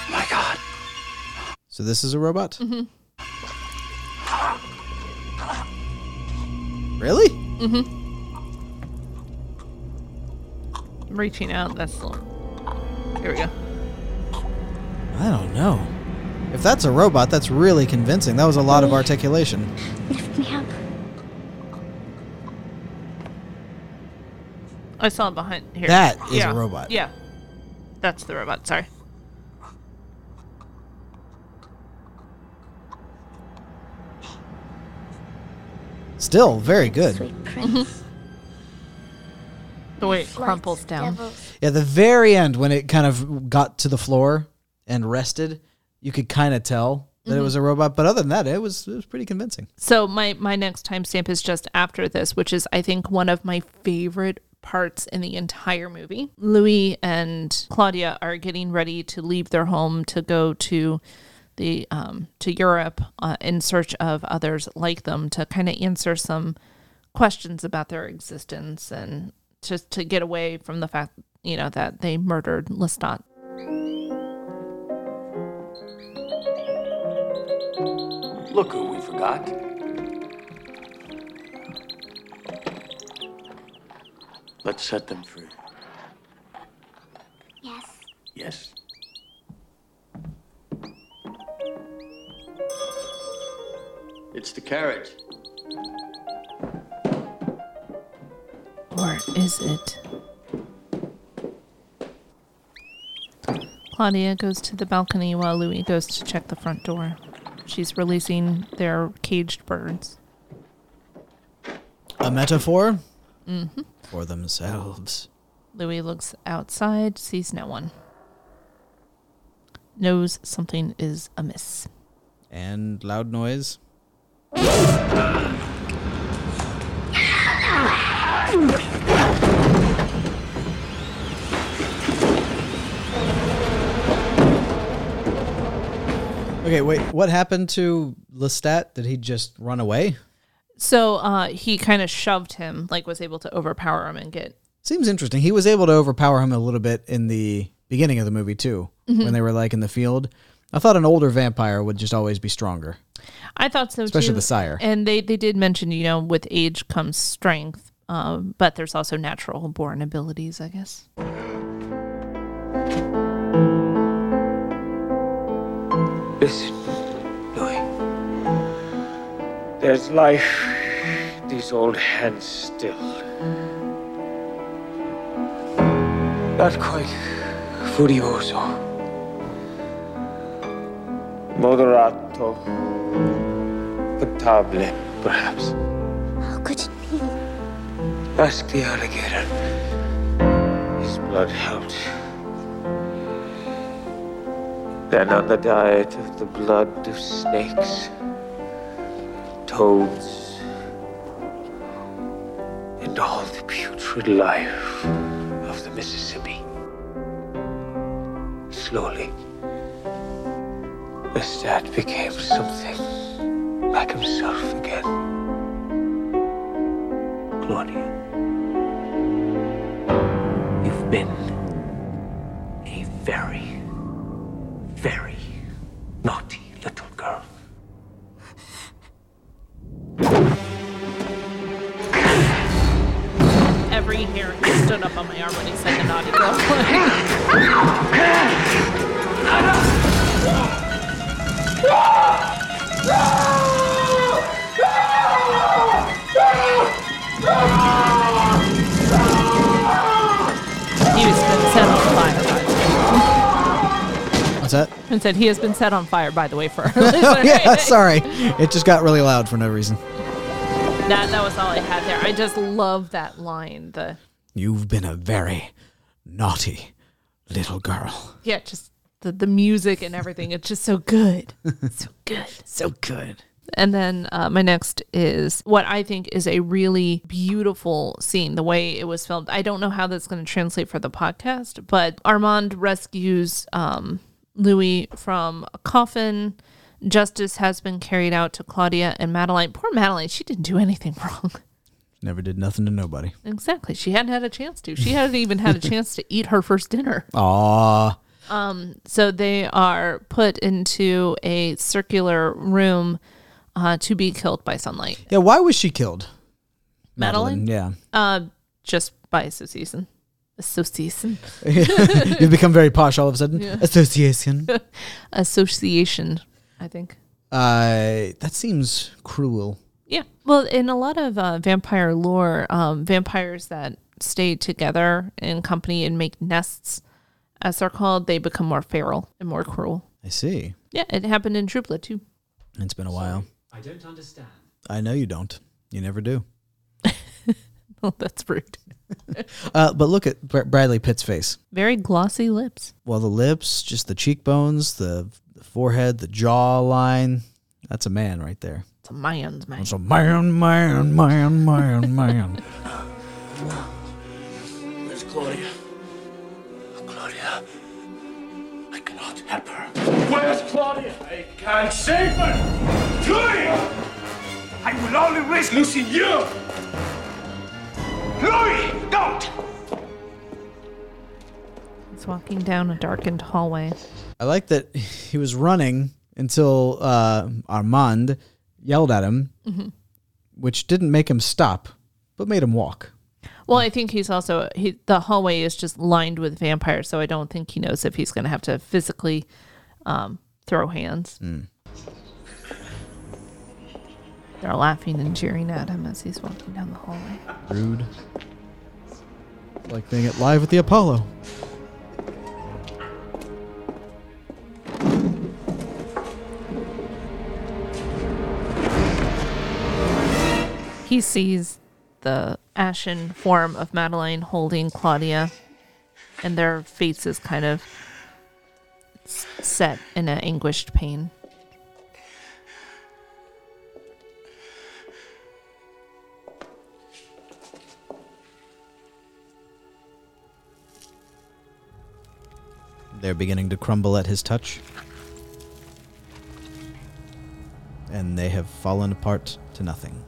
My God! So this is a robot. Really? Reaching out, that's the Here we go. I don't know. If that's a robot, that's really convincing. That was a lot of articulation. Lift me up. I saw it behind here. That is a yeah. robot. Yeah. That's the robot. Sorry. Still very good. Mm-hmm. Sweet prince. The way it flights, crumples down. devils. Yeah, the very end when it kind of got to the floor and rested, you could kind of tell that it was a robot. But other than that, it was it was pretty convincing. So my my next timestamp is just after this, which is I think one of my favorite parts in the entire movie. Louis and Claudia are getting ready to leave their home to go to the um, to Europe uh, in search of others like them to kind of answer some questions about their existence and just to get away from the fact you know that they murdered Lestat. Look who we forgot. Let's set them free. Yes. Yes. It's the carriage. Or is it? Claudia goes to the balcony while Louis goes to check the front door. She's releasing their caged birds. A metaphor for themselves. Louis looks outside, sees no one. Knows something is amiss. And loud noise. Okay, wait. What happened to Lestat? Did he just run away? So uh, he kind of shoved him, like was able to overpower him and get. Seems interesting. He was able to overpower him a little bit in the beginning of the movie too, when they were like in the field. I thought an older vampire would just always be stronger. I thought so Especially too. the sire. And they, they did mention, you know, with age comes strength, um, but there's also natural born abilities, I guess. Listen, Louis. There's life. These old hands still. Not quite furioso. Moderato. Potable, perhaps. How could it be? Ask the alligator. His blood helped. Then on the diet of the blood of snakes, toads, and all the putrid life of the Mississippi. Slowly, the stat became something like himself again. Claudia. You've been a very, very naughty little girl. every hair stood up on my arm when he said the naughty girl. he has been set on fire. by the way. What's that? And said he has been set on fire. By the way, for oh yeah, sorry. It just got really loud for no reason. that that was all I had there. I just love that line. The You've been a very naughty little girl. yeah, just the the music and everything. It's just so good, so good. So good. And then uh, my next is what I think is a really beautiful scene, the way it was filmed. I don't know how that's going to translate for the podcast, but Armand rescues um, Louis from a coffin. Justice has been carried out to Claudia and Madeline. Poor Madeline, she didn't do anything wrong. Never did nothing to nobody. Exactly. She hadn't had a chance to. She hadn't even had a chance to eat her first dinner. Aw. So they are put into a circular room uh, to be killed by sunlight. Yeah, why was she killed? Madeline? Yeah. Uh, just by association. association You've become very posh all of a sudden. Association. association i think Uh, that seems cruel. yeah well in a lot of uh, vampire lore um, vampires that stay together in company and make nests as they're called they become more feral and more cruel I see. yeah it happened in tripla too It's been a while. I don't understand. I know you don't. You never do. oh that's rude Uh, but look at Br- Bradley Pitt's face. very glossy lips Well, the lips, just the cheekbones, the, the forehead, the jawline. That's a man right there. it's a man's man It's a man, man, man, man, man. There's Claudia. Claudia. I cannot help her. Where's Claudia? I can't save her! Claudia! I will only risk losing you! Chloe, don't! he's walking down a darkened hallway I like that he was running until uh, Armand yelled at him, which didn't make him stop, but made him walk. well i think he's also he, the hallway is just lined with vampires so i don't think he knows if he's going to have to physically um, throw hands they're laughing and cheering at him as he's walking down the hallway Rude. Like being at live at the Apollo. he sees the ashen form of Madeline holding Claudia, and their faces kind of s- set in an anguished pain. They're beginning to crumble at his touch. And they have fallen apart to nothing.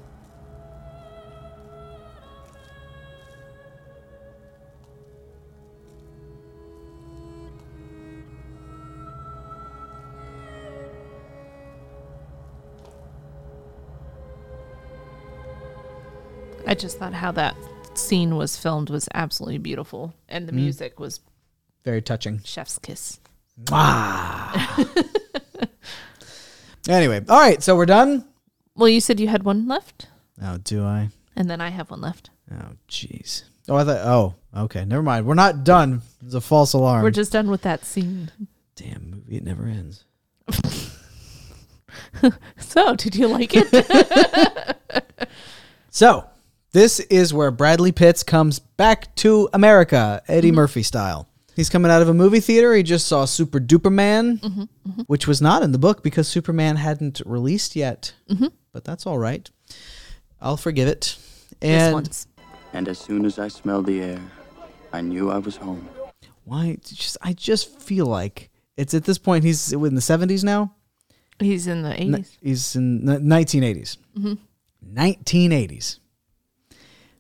I just thought how that scene was filmed was absolutely beautiful, and the music was Very touching. chef's kiss. Anyway, all right, so we're done. Well, you said you had one left, Oh, do I? and then I have one left. Oh, jeez. Oh, I thought. Oh, okay. Never mind. We're not done. It's a false alarm. We're just done with that scene. damn movie. It never ends. So, did you like it? So this is where Bradley Pitts comes back to America, Eddie Murphy style. He's coming out of a movie theater. He just saw Super Duperman, which was not in the book because Superman hadn't released yet. But that's all right. I'll forgive it. this And one's And as soon as I smelled the air, I knew I was home. why? it's Just I just feel like it's at this point. He's in the seventies now. he's in the 80s. Ni- He's in the 1980s. 1980s.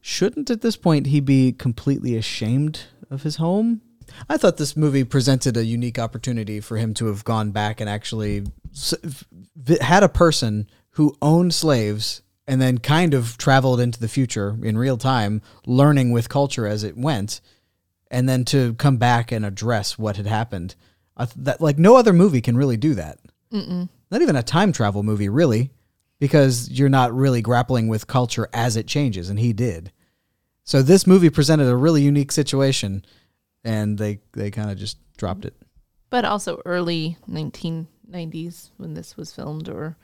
Shouldn't at this point he be completely ashamed of his home? I thought this movie presented a unique opportunity for him to have gone back and actually s- v- had a person who owned slaves and then kind of traveled into the future in real time, learning with culture as it went and then to come back and address what had happened. I th- that like no other movie can really do that. Not even a time travel movie, really, because you're not really grappling with culture as it changes, and he did. So this movie presented a really unique situation, and they they kind of just dropped it. but also early 1990s when this was filmed or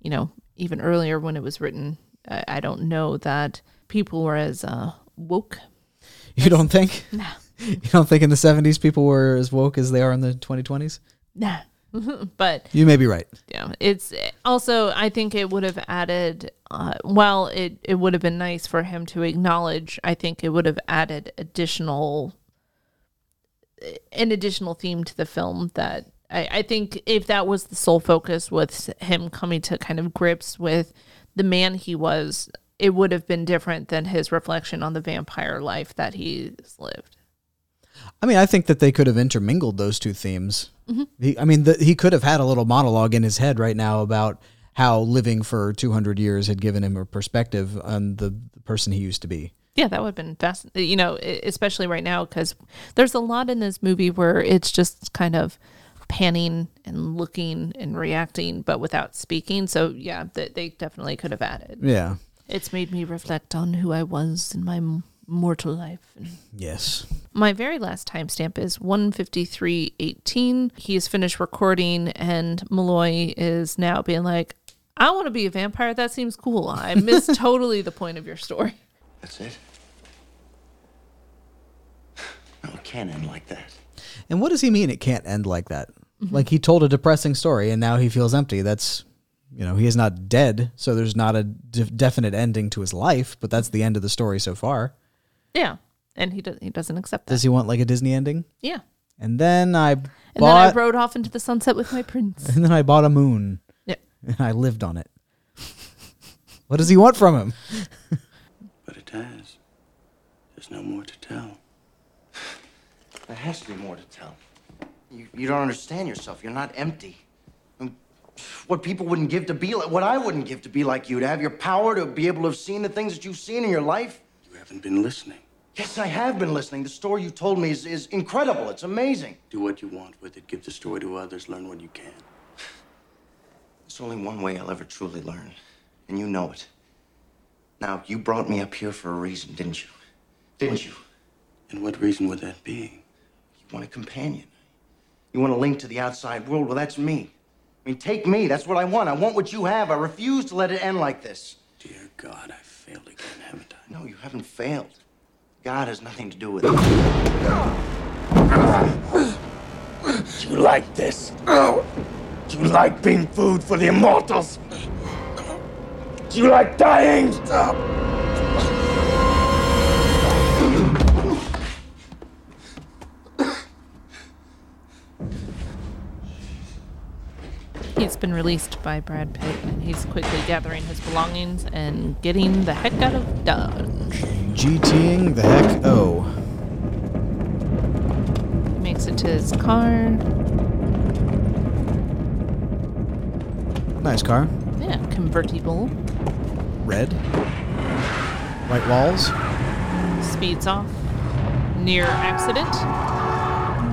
you know even earlier when it was written i, I don't know that people were as uh, woke You don't think? No. You don't think in the '70s people were as woke as they are in the 2020s? nah but You may be right. yeah it's also i think it would have added uh, while it, it would have been nice for him to acknowledge i think it would have added additional an additional theme to the film that I, I think if that was the sole focus with him coming to kind of grips with the man he was it would have been different than his reflection on the vampire life that he's lived I mean, I think that they could have intermingled those two themes. He, I mean, the, he could have had a little monologue in his head right now about how living for 200 years had given him a perspective on the person he used to be. Yeah, that would have been fast. You know, e- especially right now because there's a lot in this movie where it's just kind of panning and looking and reacting, but without speaking. So yeah, that they definitely could have added. Yeah. It's made me reflect on who I was in my m- mortal life. And Yes. my very last timestamp is 153.18. He's finished recording, and Malloy is now being like, I want to be a vampire. That seems cool. I missed totally the point of your story. That's it. No, it can't end like that. And what does he mean it can't end like that? Mm-hmm. Like he told a depressing story and now he feels empty. That's, you know, he is not dead, so there's not a de- definite ending to his life, but that's the end of the story so far. Yeah. And he, do- he doesn't accept that. Does he want like a Disney ending? yeah. And then I And bought then I rode off into the sunset with my prince. and then I bought a moon yeah. and I lived on it. what does he want from him? But it has. There's no more to tell. There has to be more to tell. You, you don't understand yourself. You're not empty. Um, What people wouldn't give to be like, what I wouldn't give to be like you, to have your power, to be able to have seen the things that you've seen in your life. You haven't been listening. Yes, I have been listening. The story you told me is, is incredible. It's amazing. Do what you want with it. Give the story to others. Learn what you can. There's only one way I'll ever truly learn, and you know it. Now, you brought me up here for a reason, didn't you? Didn't you? And what reason would that be? You want a companion. You want a link to the outside world. Well, that's me. I mean, take me. That's what I want. I want what you have. I refuse to let it end like this. Dear God, I failed again, haven't I? No, you haven't failed. God has nothing to do with it. You like this? Do you like being food for the immortals? Do you like dying? He's been released by Brad Pitt, and he's quickly gathering his belongings and getting the heck out of Dodge. GTing the heck oh. Makes it to his car. Nice car. Yeah, convertible. Red. White walls. Speeds off. Near accident.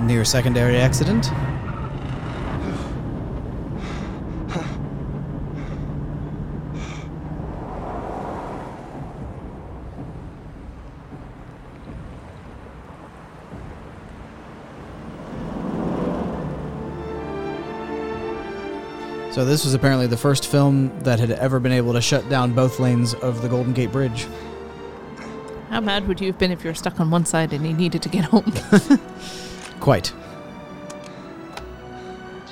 Near secondary accident. So this was apparently the first film that had ever been able to shut down both lanes of the Golden Gate Bridge. How mad would you have been if you were stuck on one side and you needed to get home? Quite.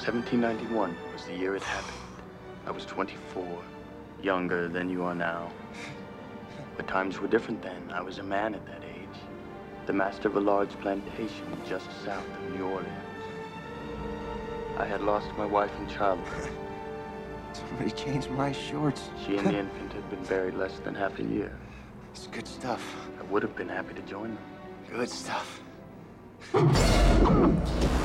1791 was the year it happened. I was 24, younger than you are now. But times were different then. I was a man at that age, the master of a large plantation just south of New Orleans. I had lost my wife in childbirth. Somebody changed my shorts. She and the infant had been buried less than half a year. It's good stuff. I would have been happy to join them. Good stuff.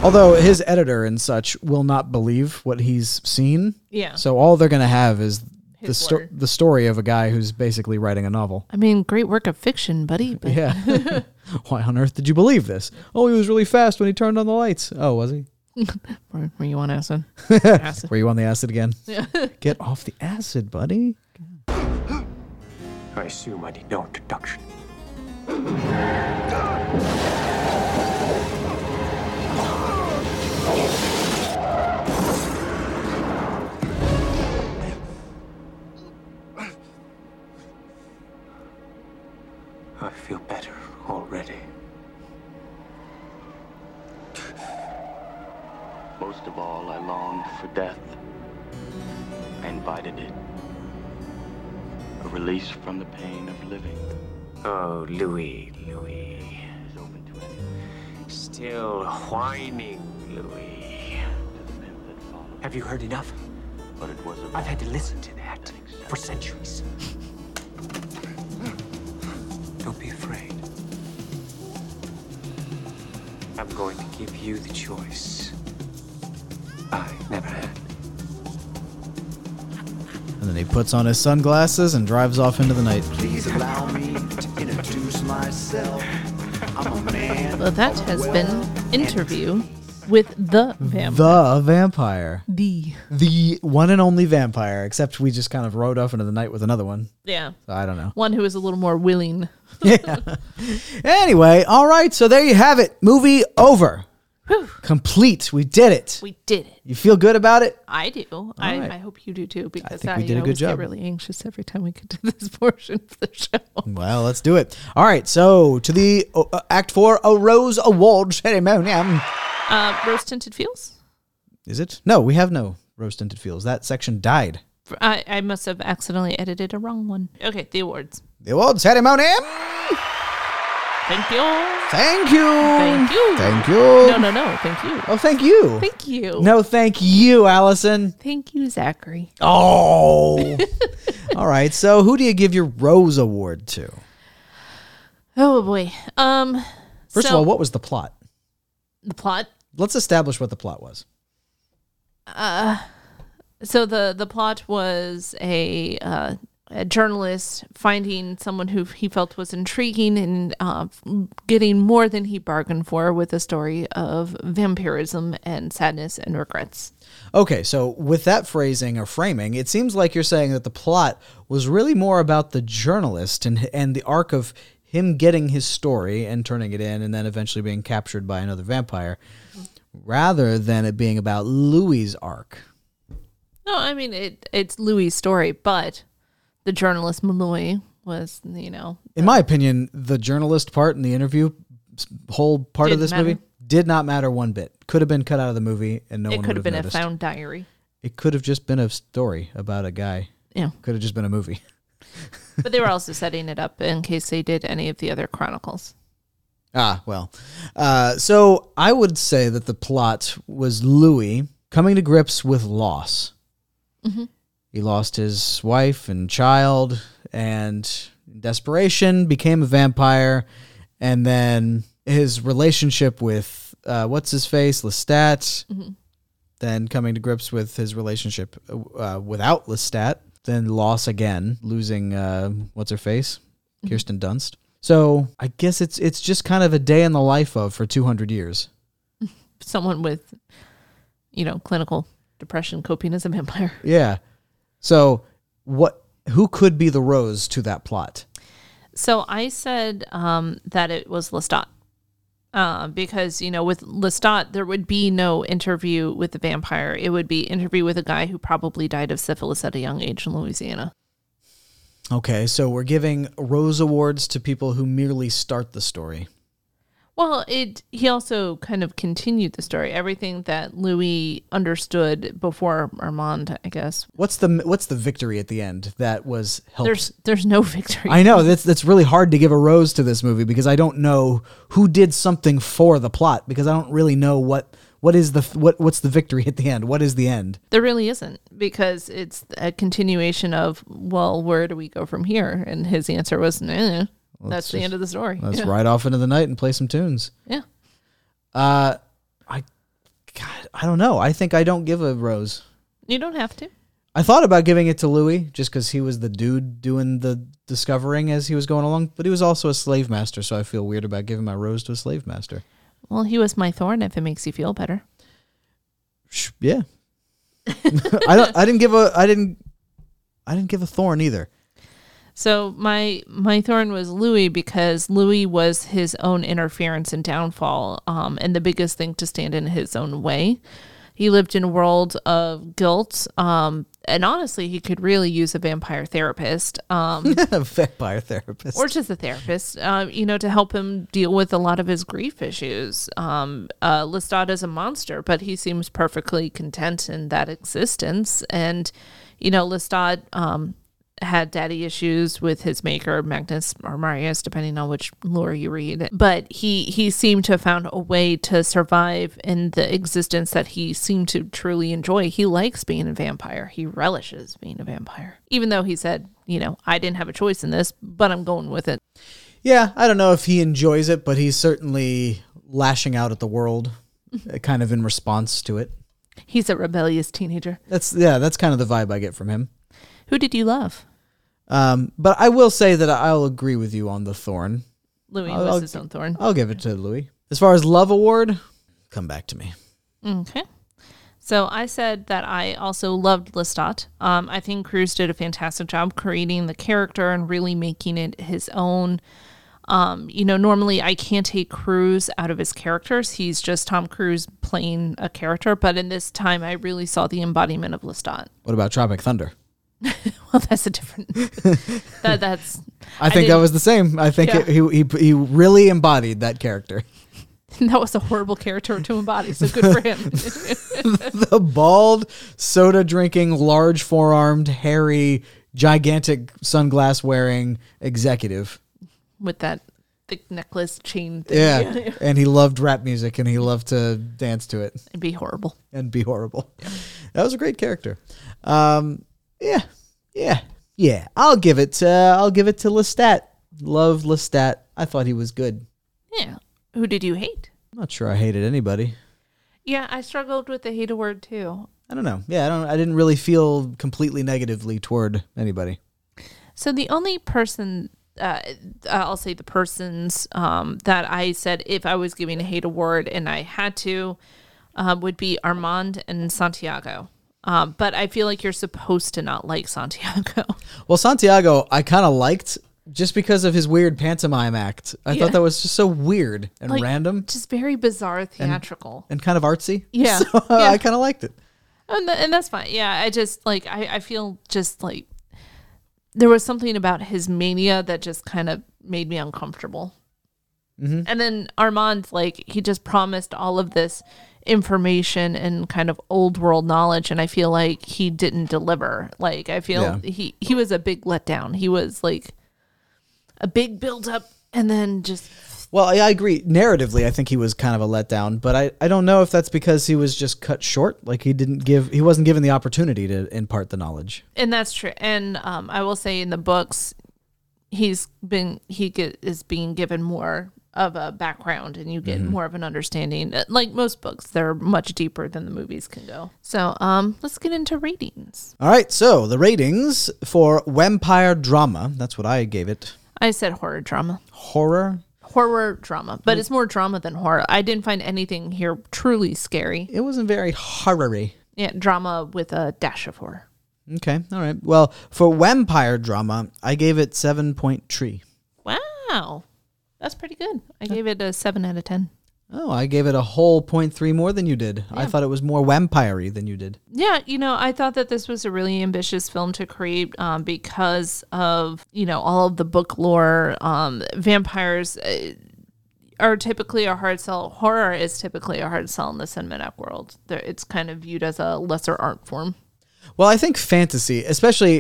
Although his editor and such will not believe what he's seen. Yeah. So all they're going to have is the, His sto- word. the story of a guy who's basically writing a novel. I mean, great work of fiction, buddy. But Yeah. Why on earth did you believe this? Oh, he was really fast when he turned on the lights. Oh, was he? were, were you on acid? acid. Were you on the acid again? Get off the acid, buddy. I assume I need no introduction. I feel better already. Most of all, I longed for death. I invited it. A release from the pain of living Oh, Louis, Louis. is open to anyone. Still whining, Louis. To the pimp that followed. Have you heard enough? But it was a I've had to listen to that for centuries. Don't be afraid. I'm going to give you the choice I never had. And then he puts on his sunglasses and drives off into the night. Please allow me to introduce myself. I'm a man. Well, that has been interview with the vampire. The vampire. The. The one and only vampire, except we just kind of rode off into the night with another one. Yeah. So I don't know. One who is a little more willing. yeah. Anyway, all right. So there you have it. Movie over. Complete. We did it. We did it. You feel good about it? I do. I, right. I hope you do too, because I, think we did a good always job. get really anxious every time we get to this portion of the show. Well, let's do it. All right. So to the uh, uh, Act Four a Rose Award ceremony. Um, Uh, Rose tinted fields. Is it? No, we have no rose tinted fields. That section died. I, I must have accidentally edited a wrong one. Okay, the awards. The award ceremony. Thank you. Thank you. Thank you. Thank you. No, no, no. Thank you. Oh, thank you. Thank you. No, thank you, Allison. Thank you, Zachary. Oh. All right. So, who do you give your Rose Award to? Oh boy. Um. First so- of all, what was the plot? the plot? Let's establish what the plot was. Uh, so the the plot was a uh, a journalist finding someone who he felt was intriguing and uh, getting more than he bargained for with a story of vampirism and sadness and regrets. Okay, so with that phrasing or framing, it seems like you're saying that the plot was really more about the journalist and and the arc of him getting his story and turning it in and then eventually being captured by another vampire rather than it being about Louis's arc. No, I mean it. It's Louis' story, but the journalist Malloy was, you know, In my opinion, the journalist part in the interview s- whole part of Didn't this movie matter. did not matter one bit. Could have been cut out of the movie and no it one could would have been noticed. a found diary. it could have just been a story about a guy. Yeah. Could have just been a movie. But they were also setting it up in case they did any of the other chronicles. Ah, well. Uh, so I would say that the plot was Louis coming to grips with loss. Mhm. He lost his wife and child, and in desperation became a vampire, and then his relationship with uh, what's his face Lestat, then coming to grips with his relationship uh, without Lestat, then loss again, losing uh, what's her face, Mm-hmm. Kirsten Dunst. So I guess it's it's just kind of a day in the life of for two hundred years. Someone with, you know, clinical depression coping as a vampire. Yeah. So what? Who could be the rose to that plot? So I said um, that it was Lestat. Uh, because you know, with Lestat, there would be no interview with the vampire. It would be interview with a guy who probably died of syphilis at a young age in Louisiana. Okay, so we're giving rose awards to people who merely start the story. Well, it he also kind of continued the story. Everything that Louis understood before Armand, I guess. What's the what's the victory at the end that was helped? There's there's no victory. Oh. I know that's that's really hard to give a rose to this movie because I don't know who did something for the plot because I don't really know what what is the what what's the victory at the end? What is the end? There really isn't because it's a continuation of well, where do we go from here? And his answer was, nah, that's the just- end of the story. Let's yeah. ride off into the night and play some tunes. Yeah. Uh, I, God, I don't know. I think I don't give a rose. You don't have to. I thought about giving it to Louis just because he was the dude doing the discovering as he was going along, but he was also a slave master, so I feel weird about giving my rose to a slave master. Well, he was my thorn if it makes you feel better. Sh- Yeah, I don't. I didn't give a. I didn't. I didn't give a thorn either. So my my thorn was Louis because Louis was his own interference and downfall, um, and the biggest thing to stand in his own way. He lived in a world of guilt, um, and honestly, he could really use a vampire therapist, um, a vampire therapist. or just a therapist, um, you know, to help him deal with a lot of his grief issues. Um, uh, Lestat is a monster, but he seems perfectly content in that existence. And, you know, Lestat um, had daddy issues with his maker, Magnus or Marius, depending on which lore you read. But he, he seemed to have found a way to survive in the existence that he seemed to truly enjoy. He likes being a vampire, he relishes being a vampire, even though he said, you know, I didn't have a choice in this, but I'm going with it. Yeah, I don't know if he enjoys it, but he's certainly lashing out at the world, uh, kind of in response to it. He's a rebellious teenager That's yeah, that's kind of the vibe I get from him. Who did you love? Um, but I will say that I'll agree with you on the thorn. Louis I'll, was I'll- his own thorn. I'll give it to Louis. As far as love award, come back to me. Okay. So I said that I also loved Lestat. Um, I think Cruz did a fantastic job creating the character and really making it his own. Um, you know, normally I can't take Cruz out of his characters. He's just Tom Cruise playing a character. But in this time, I really saw the embodiment of Lestat. What about Tropic Thunder? Well, that's a different. that, that's. I, think that didn't- was the same. I think Yeah. it, he, he he really embodied that character. that was a horrible character to embody. So good for him. the bald, soda drinking, large forearmed, hairy, gigantic sunglass wearing executive. With that thick necklace chain. Thing. Yeah. And he loved rap music and he loved to dance to it. And be horrible. And be horrible. That was a great character. Um, yeah. Yeah. Yeah. I'll give it to I'll give it to Lestat. Love Lestat. I thought he was good. Yeah. Who did you hate? I'm not sure I hated anybody. Yeah, I struggled with the hate word too. I don't know. Yeah, I don't I didn't really feel completely negatively toward anybody. So the only person, uh, I'll say the persons um, that I said if I was giving a hate award and I had to, uh, would be Armand and Santiago. Um, but I feel like you're supposed to not like Santiago. Well, Santiago, I kind of liked just because of his weird pantomime act. I Yeah. thought that was just so weird and Like, random Just very bizarre theatrical. and kind of artsy. Yeah. So, Yeah. I kind of liked it. And, th- and that's fine. Yeah, I just like I, I feel just like there was something about his mania that just kind of made me uncomfortable. Mhm. And then Armand, like he just promised all of this information and kind of old world knowledge, and I feel like he didn't deliver. Like I feel Yeah. he he was a big letdown. He was like a big build up, and then just Well, I, I agree. Narratively, I think he was kind of a letdown, but I, I don't know if that's because he was just cut short. Like he didn't give he wasn't given the opportunity to impart the knowledge. and that's true and um i will say in the books he's been he get, is being given more of a background and you get more of an understanding Uh, like most books they're much deeper than the movies can go so um let's get into ratings All right, so the ratings for vampire drama. That's what I gave it. i said horror drama Horror. horror drama but it's more drama than horror i didn't find anything here truly scary It wasn't very horror-y. yeah drama with a dash of horror Okay, all right. Well, for vampire drama, I gave it seven point three. wow that's pretty good i gave it a 7 out of 10 Oh, I gave it a whole point three more than you did. I thought it was more vampire than you did. Yeah, you know, I thought that this was a really ambitious film to create um, because of you know all of the book lore. Um, vampires uh, are typically a hard sell. Horror is typically a hard sell in the cinematic world. There- It's kind of viewed as a lesser art form. Well, I think fantasy, especially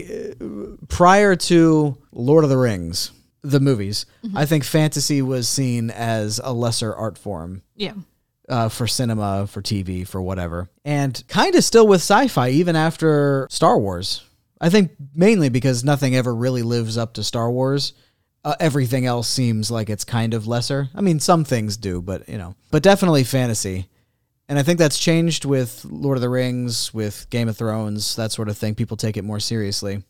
uh, prior to Lord of the Rings, the movies, I think fantasy was seen as a lesser art form Yeah, uh, for cinema, for TV, for whatever. And kind of still with sci fi, even after Star Wars. I think mainly because nothing ever really lives up to Star Wars. Uh, everything else seems like it's kind of lesser. I mean, some things do, but you know, but definitely fantasy. And I think that's changed with Lord of the Rings, with Game of Thrones, that sort of thing. People take it more seriously.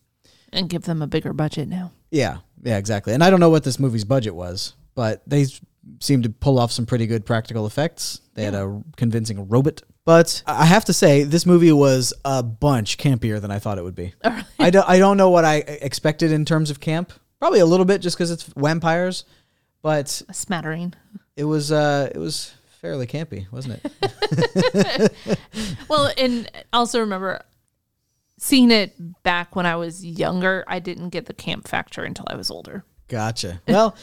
and give them a bigger budget now. Yeah, yeah, exactly. And I don't know what this movie's budget was, but they s- seemed to pull off some pretty good practical effects. They had a convincing robot. But I I have to say, this movie was a bunch campier than I thought it would be. I, don't, I don't know what I e, expected in terms of camp. Probably a little bit just because it's vampires, but A smattering. it was uh, it was fairly campy, wasn't it? Well, and also remember seeing it back when I was younger. I didn't get the camp factor until I was older. Gotcha. Well,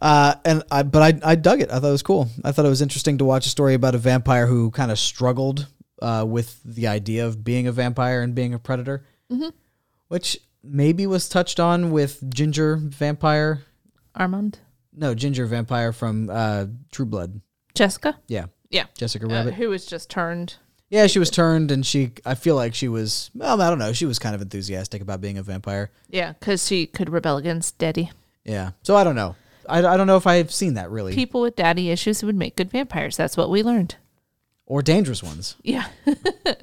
uh, and I, but I, I dug it. I thought it was cool. I thought it was interesting to watch a story about a vampire who kind of struggled uh, with the idea of being a vampire and being a predator, Mhm. which maybe was touched on with Ginger Vampire. Armand, No, Ginger Vampire from uh, True Blood. Jessica, Yeah. Yeah. Jessica uh, Rabbit. who was just turned. yeah, she was turned, and she. I feel like she was. Well, I don't know. She was kind of enthusiastic about being a vampire. Yeah, because she could rebel against daddy. Yeah. So I don't know. I, I don't know if I've seen that really, People with daddy issues would make good vampires. That's what we learned. or dangerous ones. Yeah.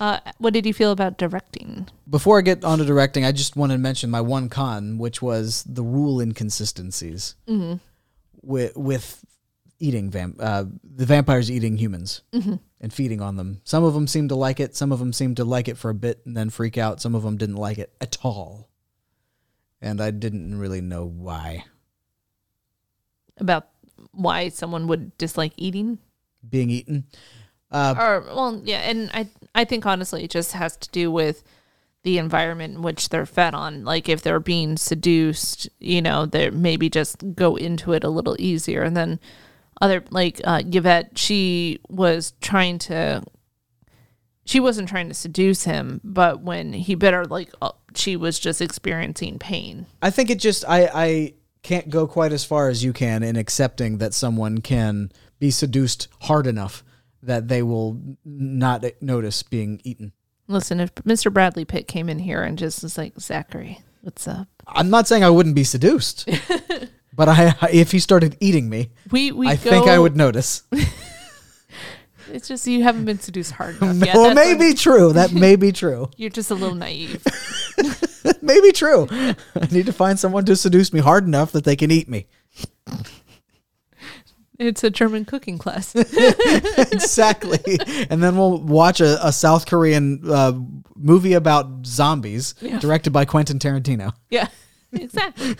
Uh, what did you feel about directing? Before I get onto directing, I just want to mention my one con, which was the rule inconsistencies Mhm. with with eating vamp uh, the vampires eating humans Mhm. and feeding on them. Some of them seemed to like it. Some of them seemed to like it for a bit and then freak out. Some of them didn't like it at all, and I didn't really know why. About why someone would dislike eating? Being eaten, uh, or well, yeah, and I I think honestly it just has to do with the environment in which they're fed on. Like if they're being seduced, you know, they maybe just go into it a little easier. And then other like uh, Yvette, she was trying to. She wasn't trying to seduce him, but when he bit her, like uh, she was just experiencing pain. I think it just I I can't go quite as far as you can in accepting that someone can be seduced hard enough that they will n- not notice being eaten. Listen, if Mr. Bradley Pitt came in here and just was like Zachary, what's up? I'm not saying I wouldn't be seduced, but I if he started eating me, We- we I think I go- would notice. It's just you haven't been seduced hard enough yet. well, That's may what- be true. That may be true. You're just a little naive. Maybe true. I need to find someone to seduce me hard enough that they can eat me. It's a German cooking class. exactly. And then we'll watch a, a South Korean uh, movie about zombies Yeah. directed by Quentin Tarantino. yeah, exactly.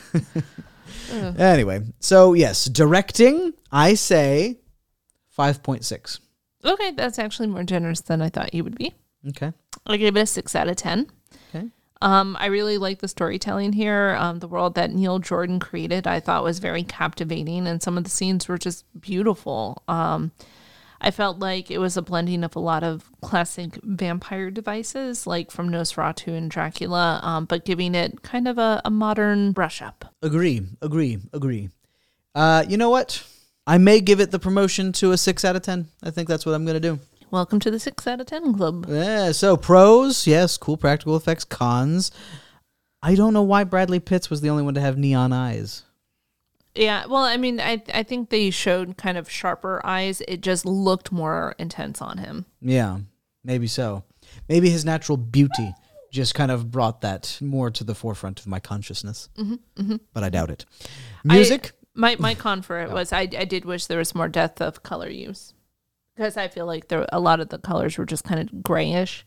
Ugh. Anyway, so yes, directing, I say 5.6. Okay, that's actually more generous than I thought you would be. Okay. I gave it a six out of ten. Okay. Um, I really like the storytelling here. Um, the world that Neil Jordan created, I thought was very captivating, and some of the scenes were just beautiful. Um, I felt like it was a blending of a lot of classic vampire devices, like from Nosferatu and Dracula, um, but giving it kind of a, a modern brush up. Agree, agree, agree. Uh, you know what? I may give it the promotion to a 6 out of 10. I think that's what I'm going to do. Welcome to the six out of ten club. Yeah, so pros, yes, cool practical effects, cons. I don't know why Bradley Pitts was the only one to have neon eyes. Yeah, well, I mean, I I think they showed kind of sharper eyes. It just looked more intense on him. Yeah, maybe so. Maybe his natural beauty just kind of brought that more to the forefront of my consciousness, Mhm, mhm. but I doubt it. Music? Oh. I, my my con for it was I I did wish there was more depth of color use because I feel like there a lot of the colors were just kind of grayish.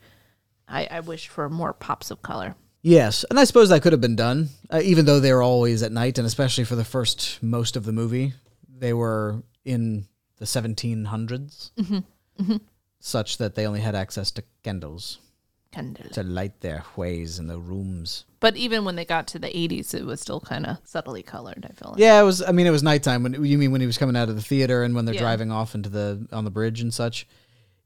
I I wish for more pops of color. yes, and I suppose that could have been done, uh, even though they were always at night, and especially for the first most of the movie, they were in the 1700s, Mhm, mhm. such that they only had access to candles Candle. to light their ways in the rooms. But even when they got to the 80s, it was still kind of subtly colored. I feel like. Yeah, it was. I mean, it was nighttime when you mean when he was coming out of the theater and when they're Yeah. driving off into the on the bridge and such.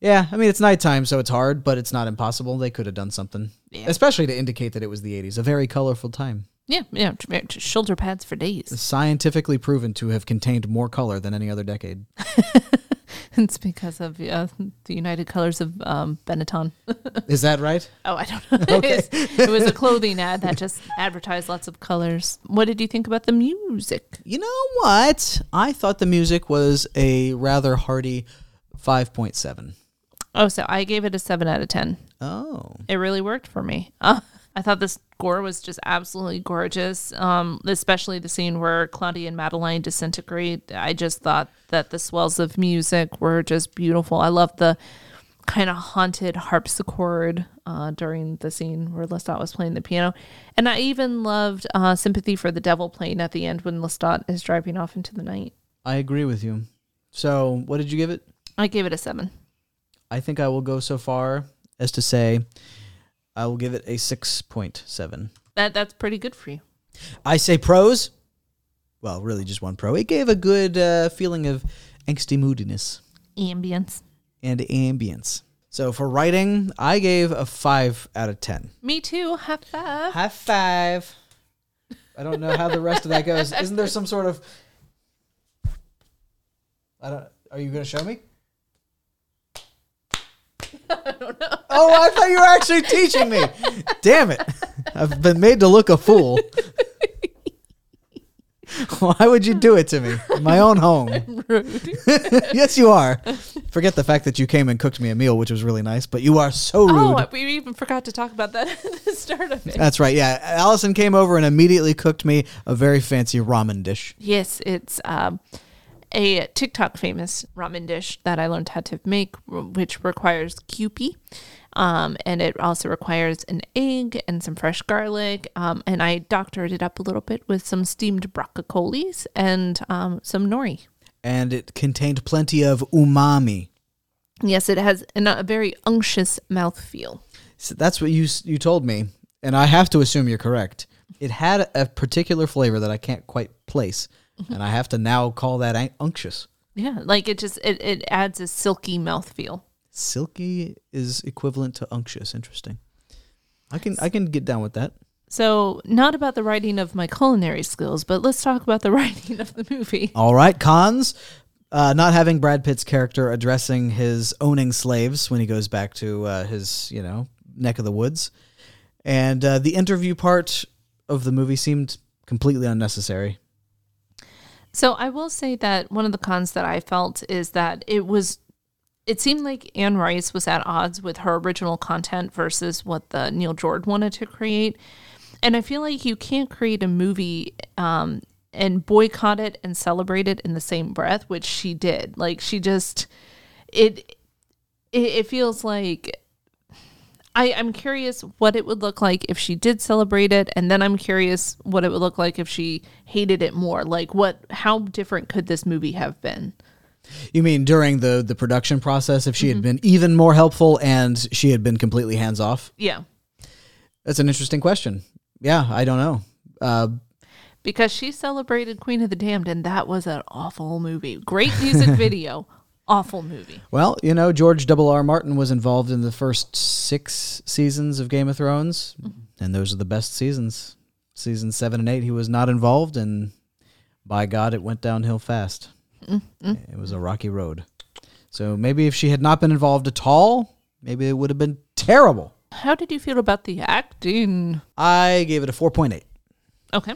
Yeah, I mean it's nighttime, so it's hard, but it's not impossible. They could have done something, Yeah. especially to indicate that it was the '80s, a very colorful time, Yeah, yeah, t- t- shoulder pads for days. scientifically proven to have contained more color than any other decade. It's because of uh, the United Colors of um, Benetton. Is that right? Oh, I don't know. Okay. it was a clothing ad that just advertised lots of colors. What did you think about the music? You know what? I thought the music was a rather hearty five point seven. Oh, so I gave it a 7 out of 10. Oh. It really worked for me. Uh, I thought this gore was just absolutely gorgeous, um, especially the scene where Claudia and Madeline disintegrate. I just thought that the swells of music were just beautiful. I love the kind of haunted harpsichord uh, during the scene where Lestat was playing the piano. And I even loved uh, Sympathy for the Devil playing at the end when Lestat is driving off into the night. I agree with you. So, what did you give it? I gave it a seven. I think I will go so far as to say I will give it a 6.7. That That's pretty good for you. I say pros. Well, really just one pro. It gave a good uh, feeling of angsty moodiness Ambience. and ambience. So for writing, I gave a 5 out of 10. Me too. High five. High five. I don't know how the rest of that goes. Isn't there some sort of I don't are you going to show me? Oh, I thought you were actually teaching me. Damn it. I've been made to look a fool. Why would you do it to me? In my own home. Rude. yes, you are. Forget the fact that you came and cooked me a meal, which was really nice, but you are so rude. Oh, we even forgot to talk about that at the start of it. That's right. Yeah. Allison came over and immediately cooked me a very fancy ramen dish. Yes, it's um, a TikTok famous ramen dish that I learned how to make, which requires kewpie. Um, and it also requires an egg and some fresh garlic. Um, and I doctored it up a little bit with some steamed broccolis and um, some nori. And it contained plenty of umami. Yes, it has an, a very unctuous mouthfeel. So that's what you s- you told me, and I have to assume you're correct. It had a particular flavor that I can't quite place, and I have to now call that an- unctuous. Yeah, like it just it, it adds a silky mouthfeel. Silky is equivalent to unctuous. Interesting. I can I can get down with that. So, not about the writing of my culinary skills, but let's talk about the writing of the movie. All right, cons. Uh, not having Brad Pitt's character addressing his owning slaves when he goes back to uh, his, you know, neck of the woods, and uh, the interview part of the movie seemed completely unnecessary. So I will say that one of the cons that I felt is that it was it seemed like Anne Rice was at odds with her original content versus what the Neil Jordan wanted to create. And I feel like you can't create a movie um, and boycott it and celebrate it in the same breath, which she did. Like she just it it, it feels like I, I'm curious what it would look like if she did celebrate it, and then I'm curious what it would look like if she hated it more. Like, what, how different could this movie have been? You mean during the the production process, if she had been even more helpful and she had been completely hands off? Yeah, That's an interesting question. Yeah, I don't know. Uh, because she celebrated Queen of the Damned, and that was an awful movie. Great music video, awful movie. well, you know, George Double R Martin was involved in the first six seasons of Game of Thrones, and those are the best seasons. Season seven and eight, he was not involved, and by God, it went downhill fast. It was a rocky road. So maybe if she had not been involved at all, maybe it would have been terrible. How did you feel about the acting? I gave it a four point eight. Okay.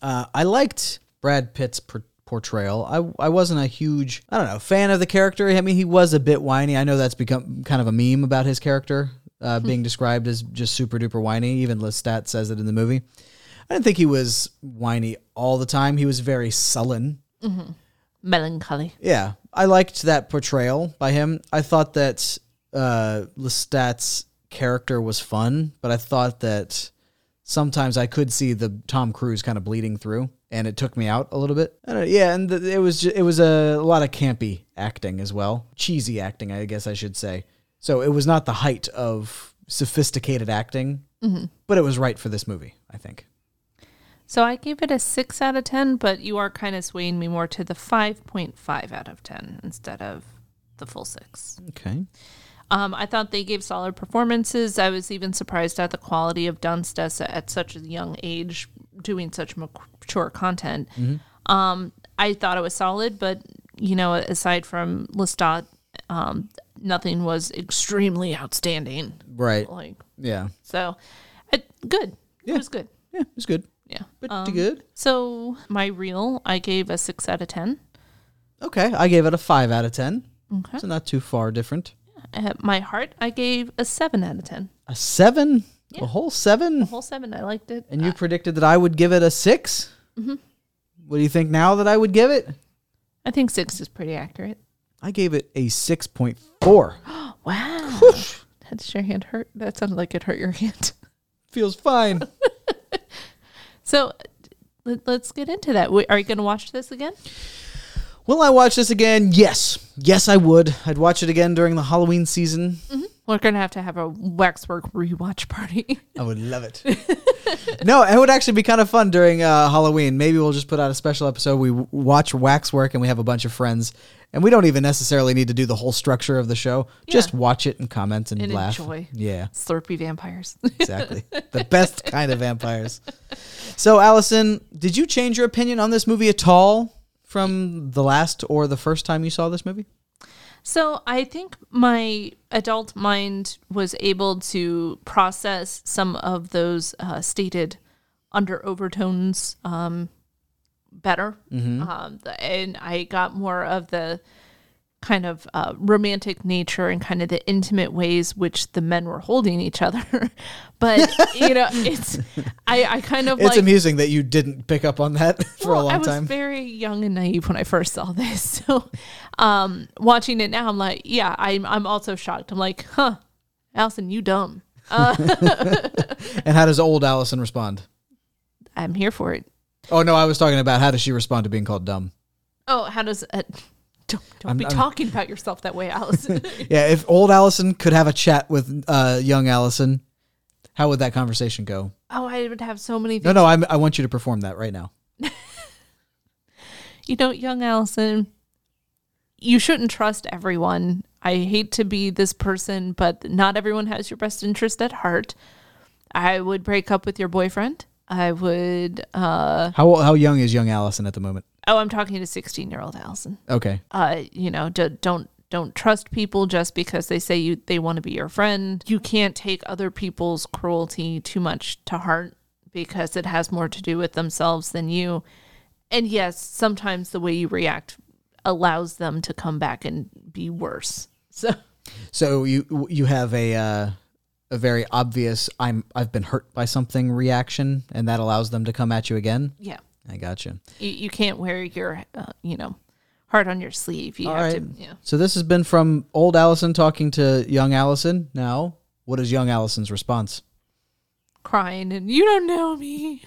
Uh, I liked Brad Pitt's per- portrayal. I I wasn't a huge I don't know fan of the character. I mean, he was a bit whiny. I know that's become kind of a meme about his character uh, being described as just super duper whiny. Even Lestat says it in the movie. I didn't think he was whiny all the time. He was very sullen. hmm Melancholy. Yeah, I liked that portrayal by him. I thought that uh, Lestat's character was fun, but I thought that sometimes I could see the Tom Cruise kind of bleeding through, and it took me out a little bit. I don't yeah, and th- it was ju- it was a, lot of campy acting as well, cheesy acting, I guess I should say. So it was not the height of sophisticated acting, Mhm. but it was right for this movie, I think. So I gave it a six out of 10, but you are kind of swaying me more to the 5.5 out of 10 instead of the full six. Okay. Um, I thought they gave solid performances. I was even surprised at the quality of Dunstessa at such a young age doing such mature content. Mhm. Um, I thought it was solid, but you know, aside from Lestat, um, nothing was extremely outstanding. Right. Like Yeah. so, it, good. It was good. Yeah, it was good. Um, Yeah, pretty good. So my reel, I gave a six out of ten. Okay, I gave it a five out of ten. Okay. So not too far different. At my heart, I gave a seven out of ten. A seven? A whole seven? A whole seven. I liked it. and you predicted that I would give it a six? Mhm. What do you think now that I would give it? I think six is pretty accurate. I gave it a 6.4. Wow. That's your hand hurt. That sounded like it hurt your hand. Feels fine. so let, let's get into that. Wait, Are you going to watch this again? Will I watch this again? Yes. Yes, I would. I'd watch it again during the Halloween season. We're going to have to have a waxwork rewatch party. I would love it. no, it would actually be kind of fun during uh, Halloween. Maybe we'll just put out a special episode. We w- watch Waxwork and we have a bunch of friends. And we don't even necessarily need to do the whole structure of the show. Just watch it and comment and, And laugh. enjoy. Yeah. Slurpy vampires. Exactly. the best kind of vampires. So, Allison, did you change your opinion on this movie at all from the last or the first time you saw this movie? So I think my adult mind was able to process some of those uh, stated under overtones um, better. Mhm. Um, the- and I got more of the kind of uh, romantic nature and kind of the intimate ways which the men were holding each other. but you know, it's I, I kind of It's like amusing that you didn't pick up on that for a well, long I was time. very young and naive when I first saw this. So, um, watching it now, I'm like, yeah, I'm I'm also shocked. I'm like, huh, Allison, you dumb. Uh, and how does old Allison respond? I'm here for it. Oh no, I was talking about how does she respond to being called dumb? oh, how does uh, don't don't I'm- be I'm- talking about yourself that way, Allison? Yeah, if old Allison could have a chat with uh, young Allison, how would that conversation go? oh, I would have so many. No, Things. no, I'm, I want you to perform that right now. you know, young Allison, you shouldn't trust everyone. I hate to be this person, but not everyone has your best interest at heart. I would break up with your boyfriend. I would. uh How how young is young Allison at the moment? Oh, I'm talking to 16 year old Allison. Okay. Uh, you know, d- don't don't trust people just because they say you they want to be your friend. You can't take other people's cruelty too much to heart because it has more to do with themselves than you. And yes, sometimes the way you react allows them to come back and be worse. So So you you have a uh, a very obvious I'm I've been hurt by something reaction, and that allows them to come at you again. Yeah. I got you. you, you can't wear your uh, you know heart on your sleeve. You All have right. to. Yeah. So this has been from old Allison talking to young Allison. Now, what is young Allison's response? Crying and you don't know me.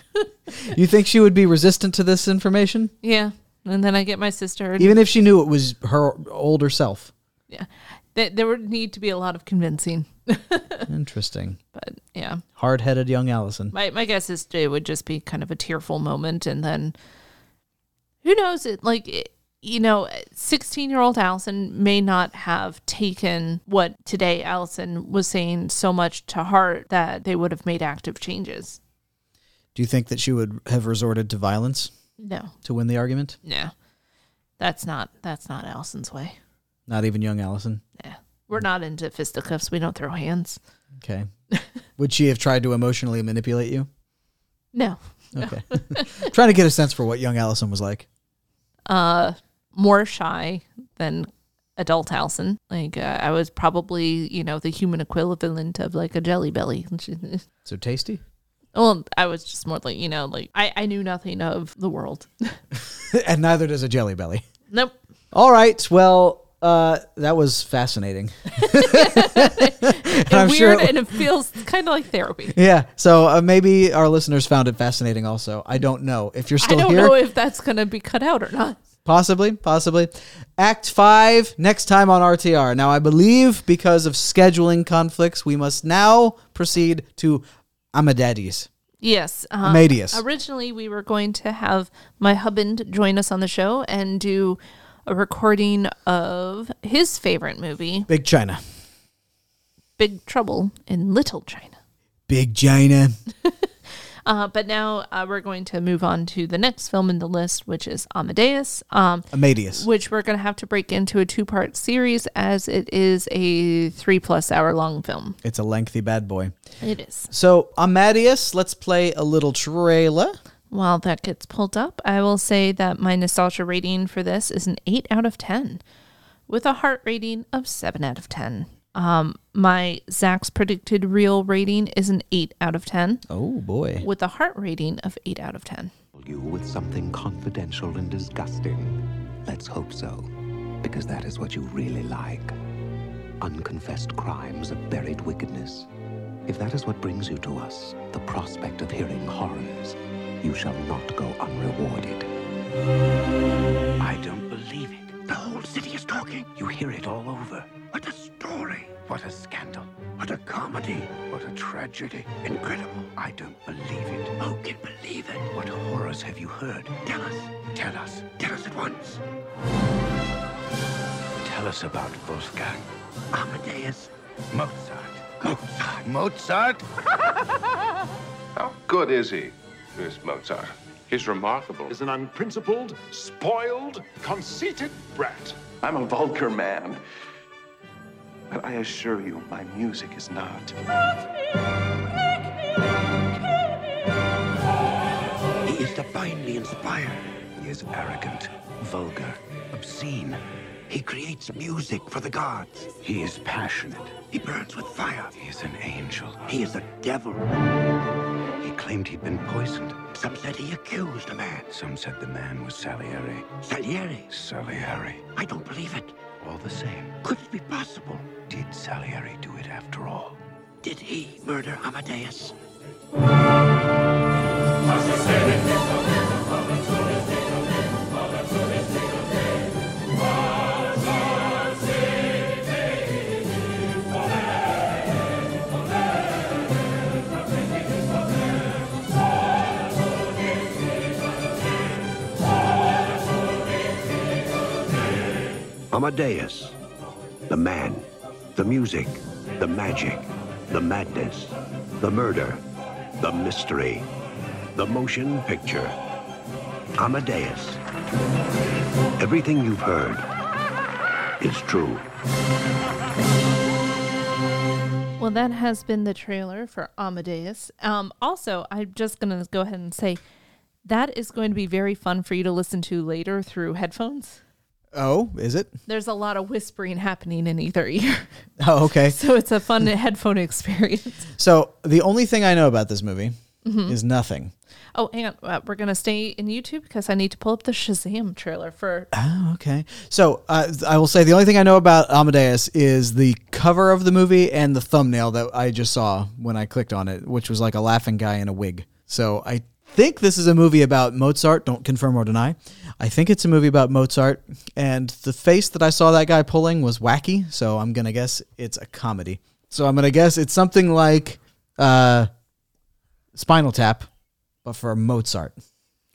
You think she would be resistant to this information, yeah. And then I get my sister. and- even if she knew it was her older self? Yeah. There, there would need to be a lot of convincing. Interesting. But yeah. Hard headed young Allison. My my guess is it would just be kind of a tearful moment and then who knows it like it, you know 16 year old Allison may not have taken what today Allison was saying so much to heart that they would have made active changes. Do you think that she would have resorted to violence? No. To win the argument? No. That's not that's not Allison's way. Not even young Allison. We're not into fisticuffs. We don't throw hands. Okay. would she have tried to emotionally manipulate you? No. Okay. Trying to get a sense for what young Allison was like. uh more shy than adult Allison. Like uh, I was probably, you know, the human equivalent of like a jelly belly. So tasty? well, I was just more like, you know, like I, I knew nothing of the world. and neither does a jelly belly. Nope. All right. Well, uh, that was fascinating. And I'm weird sure it and it feels kind of like therapy. Yeah. So uh, maybe our listeners found it fascinating also. I don't know. If you're I still don't here, know if that's going to be cut out or not. Possibly, possibly. Act five next time on RTR. Now, I believe because of scheduling conflicts, we must now proceed to Amadadis. Yes. uh, Amadeus. Originally, we were going to have my husband join us on the show and do a recording of his favorite movie, Big China. Big Trouble in Little China. Big China. Uh, but now uh, we're going to move on to the next film in the list, which is Amadeus. Um, Amadeus. Which we're going to have to break into a two part series as it is a three plus hour long film. It's a lengthy bad boy. It is. So, Amadeus, let's play a little trailer. While that gets pulled up, I will say that my nostalgia rating for this is an 8 out of 10, with a heart rating of 7 out of 10. Um, my Zach's predicted real rating is an 8 out of 10. Oh, boy. With a heart rating of 8 out of 10. you with something confidential and disgusting. Let's hope so, because that is what you really like. Unconfessed crimes of buried wickedness. If that is what brings you to us, the prospect of hearing horrors, you shall not go unrewarded. I don't believe it. The whole city is talking. You hear it all over. What a story. What a scandal. What a comedy. What a tragedy. Incredible. I don't believe it. Who can believe it? What horrors have you heard? Tell us. Tell us. Tell us at once. Tell us about Wolfgang. Amadeus. Mozart. Mozart. Mozart? How good is he, this Mozart? He's remarkable. He's an unprincipled, spoiled, conceited brat. I'm a vulgar man. But I assure you, my music is not. He is divinely inspired. He is arrogant, vulgar, obscene. He creates music for the gods. He is passionate. He burns with fire. He is an angel. He is a devil. He claimed he'd been poisoned. Some said he accused a man. Some said the man was Salieri. Salieri? Salieri. I don't believe it. All the same. Could it be possible? Did Salieri do it after all? Did he murder Amadeus? Amadeus. The man, the music, the magic, the madness, the murder, the mystery, the motion picture. Amadeus. Everything you've heard is true. Well, that has been the trailer for Amadeus. Um, also, I'm just going to go ahead and say that is going to be very fun for you to listen to later through headphones. Oh, is it? There's a lot of whispering happening in either ear. Oh, okay. So it's a fun headphone experience. So the only thing I know about this movie Mhm. is nothing. Oh, hang on. Uh, we're going to stay in YouTube because I need to pull up the Shazam trailer for. Oh, okay. So uh, I will say the only thing I know about Amadeus is the cover of the movie and the thumbnail that I just saw when I clicked on it, which was like a laughing guy in a wig. So I think this is a movie about Mozart. Don't confirm or deny. I think it's a movie about Mozart, and the face that I saw that guy pulling was wacky. So I'm gonna guess it's a comedy. So I'm gonna guess it's something like uh, Spinal Tap, but for Mozart.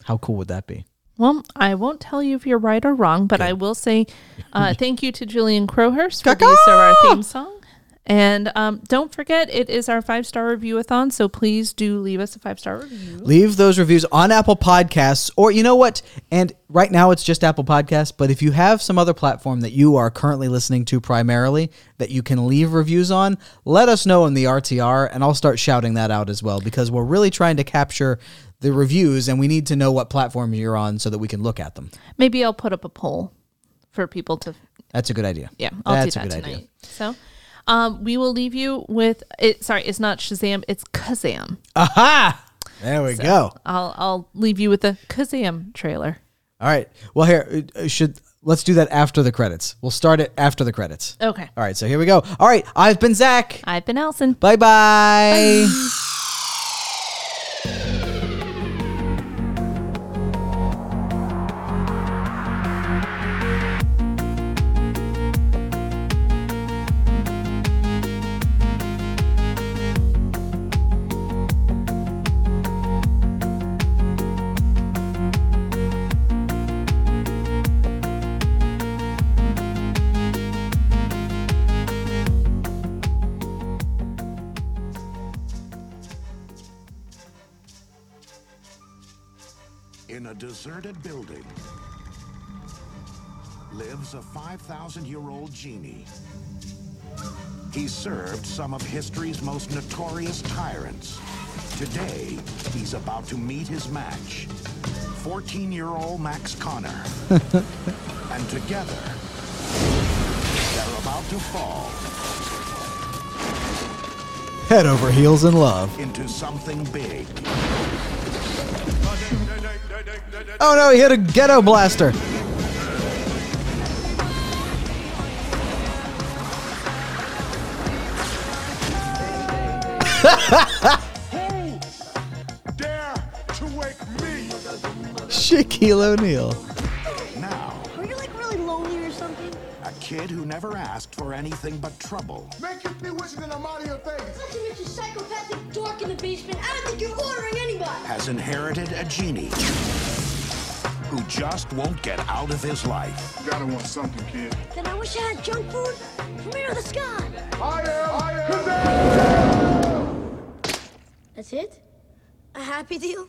How cool would that be? Well, I won't tell you if you're right or wrong, but I will say uh, thank you to Julian Crowhurst for the use of our theme song. And um, don't forget, it is our five star reviewathon, so please do leave us a five star review. Leave those reviews on Apple Podcasts, or you know what? And right now it's just Apple Podcasts, but if you have some other platform that you are currently listening to primarily that you can leave reviews on, let us know in the RTR, and I'll start shouting that out as well because we're really trying to capture the reviews and we need to know what platform you're on so that we can look at them. Maybe I'll put up a poll for people to. That's a good idea. Yeah, I'll That's do a that good tonight. idea. So um, we will leave you with it. Sorry, it's not Shazam, it's Kazam. Aha! There we So go. I'll, I'll leave you with a Kazam trailer. All right. Well, here uh, should let's do that after the credits. We'll start it after the credits. Okay. All right. So here we go. All right. I've been Zach. I've been Allison. Bye bye. In a deserted building lives a 5,000 year old genie. He served some of history's most notorious tyrants. Today, he's about to meet his match 14 year old Max Connor. and together, they're about to fall Head over heels in love. into something big. Oh no, he hit a ghetto blaster. Shaquille O'Neal. Now. Were you like really lonely or something? A kid who never asked for anything but trouble. Make your be wishing and I'm out of your face. Not to mention psychopathic dork in the basement. I don't think you're ordering anybody. has inherited a genie who just won't get out of his life. You gotta want something, kid. Then I wish I had junk food from here to the sky. I am. I am. That's it? A happy deal?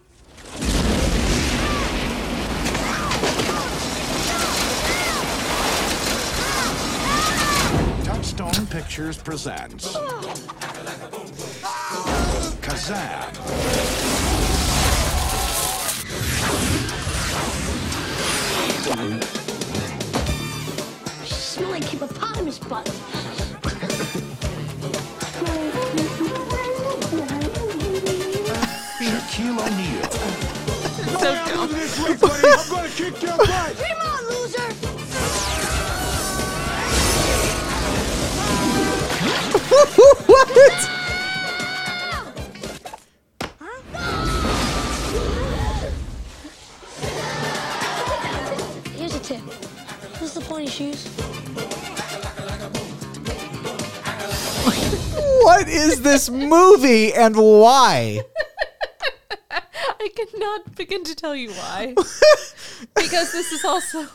Touchstone Pictures presents Kazam. You smell like hippopotamus butt. Shaquille O'Neal. So dumb. I'm gonna kick your butt. Come on, loser. what? Here's a tip. What's the point of shoes? What is this movie and why? I cannot begin to tell you why. because this is also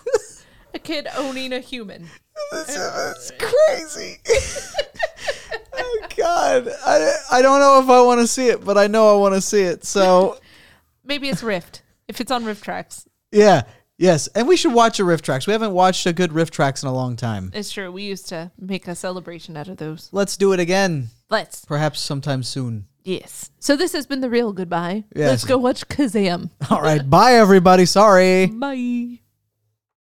a kid owning a human. That's crazy. oh God, I, I don't know if I want to see it, but I know I want to see it. So Maybe it's Rift. If it's on Rift Tracks, yeah, yes, and we should watch a riff tracks. We haven't watched a good riff tracks in a long time. it's true. We used to make a celebration out of those. Let's do it again. Let's. perhaps sometime soon. Yes. So this has been the real goodbye. Yes. Let's go watch Kazam. All right, bye everybody. Sorry. Bye.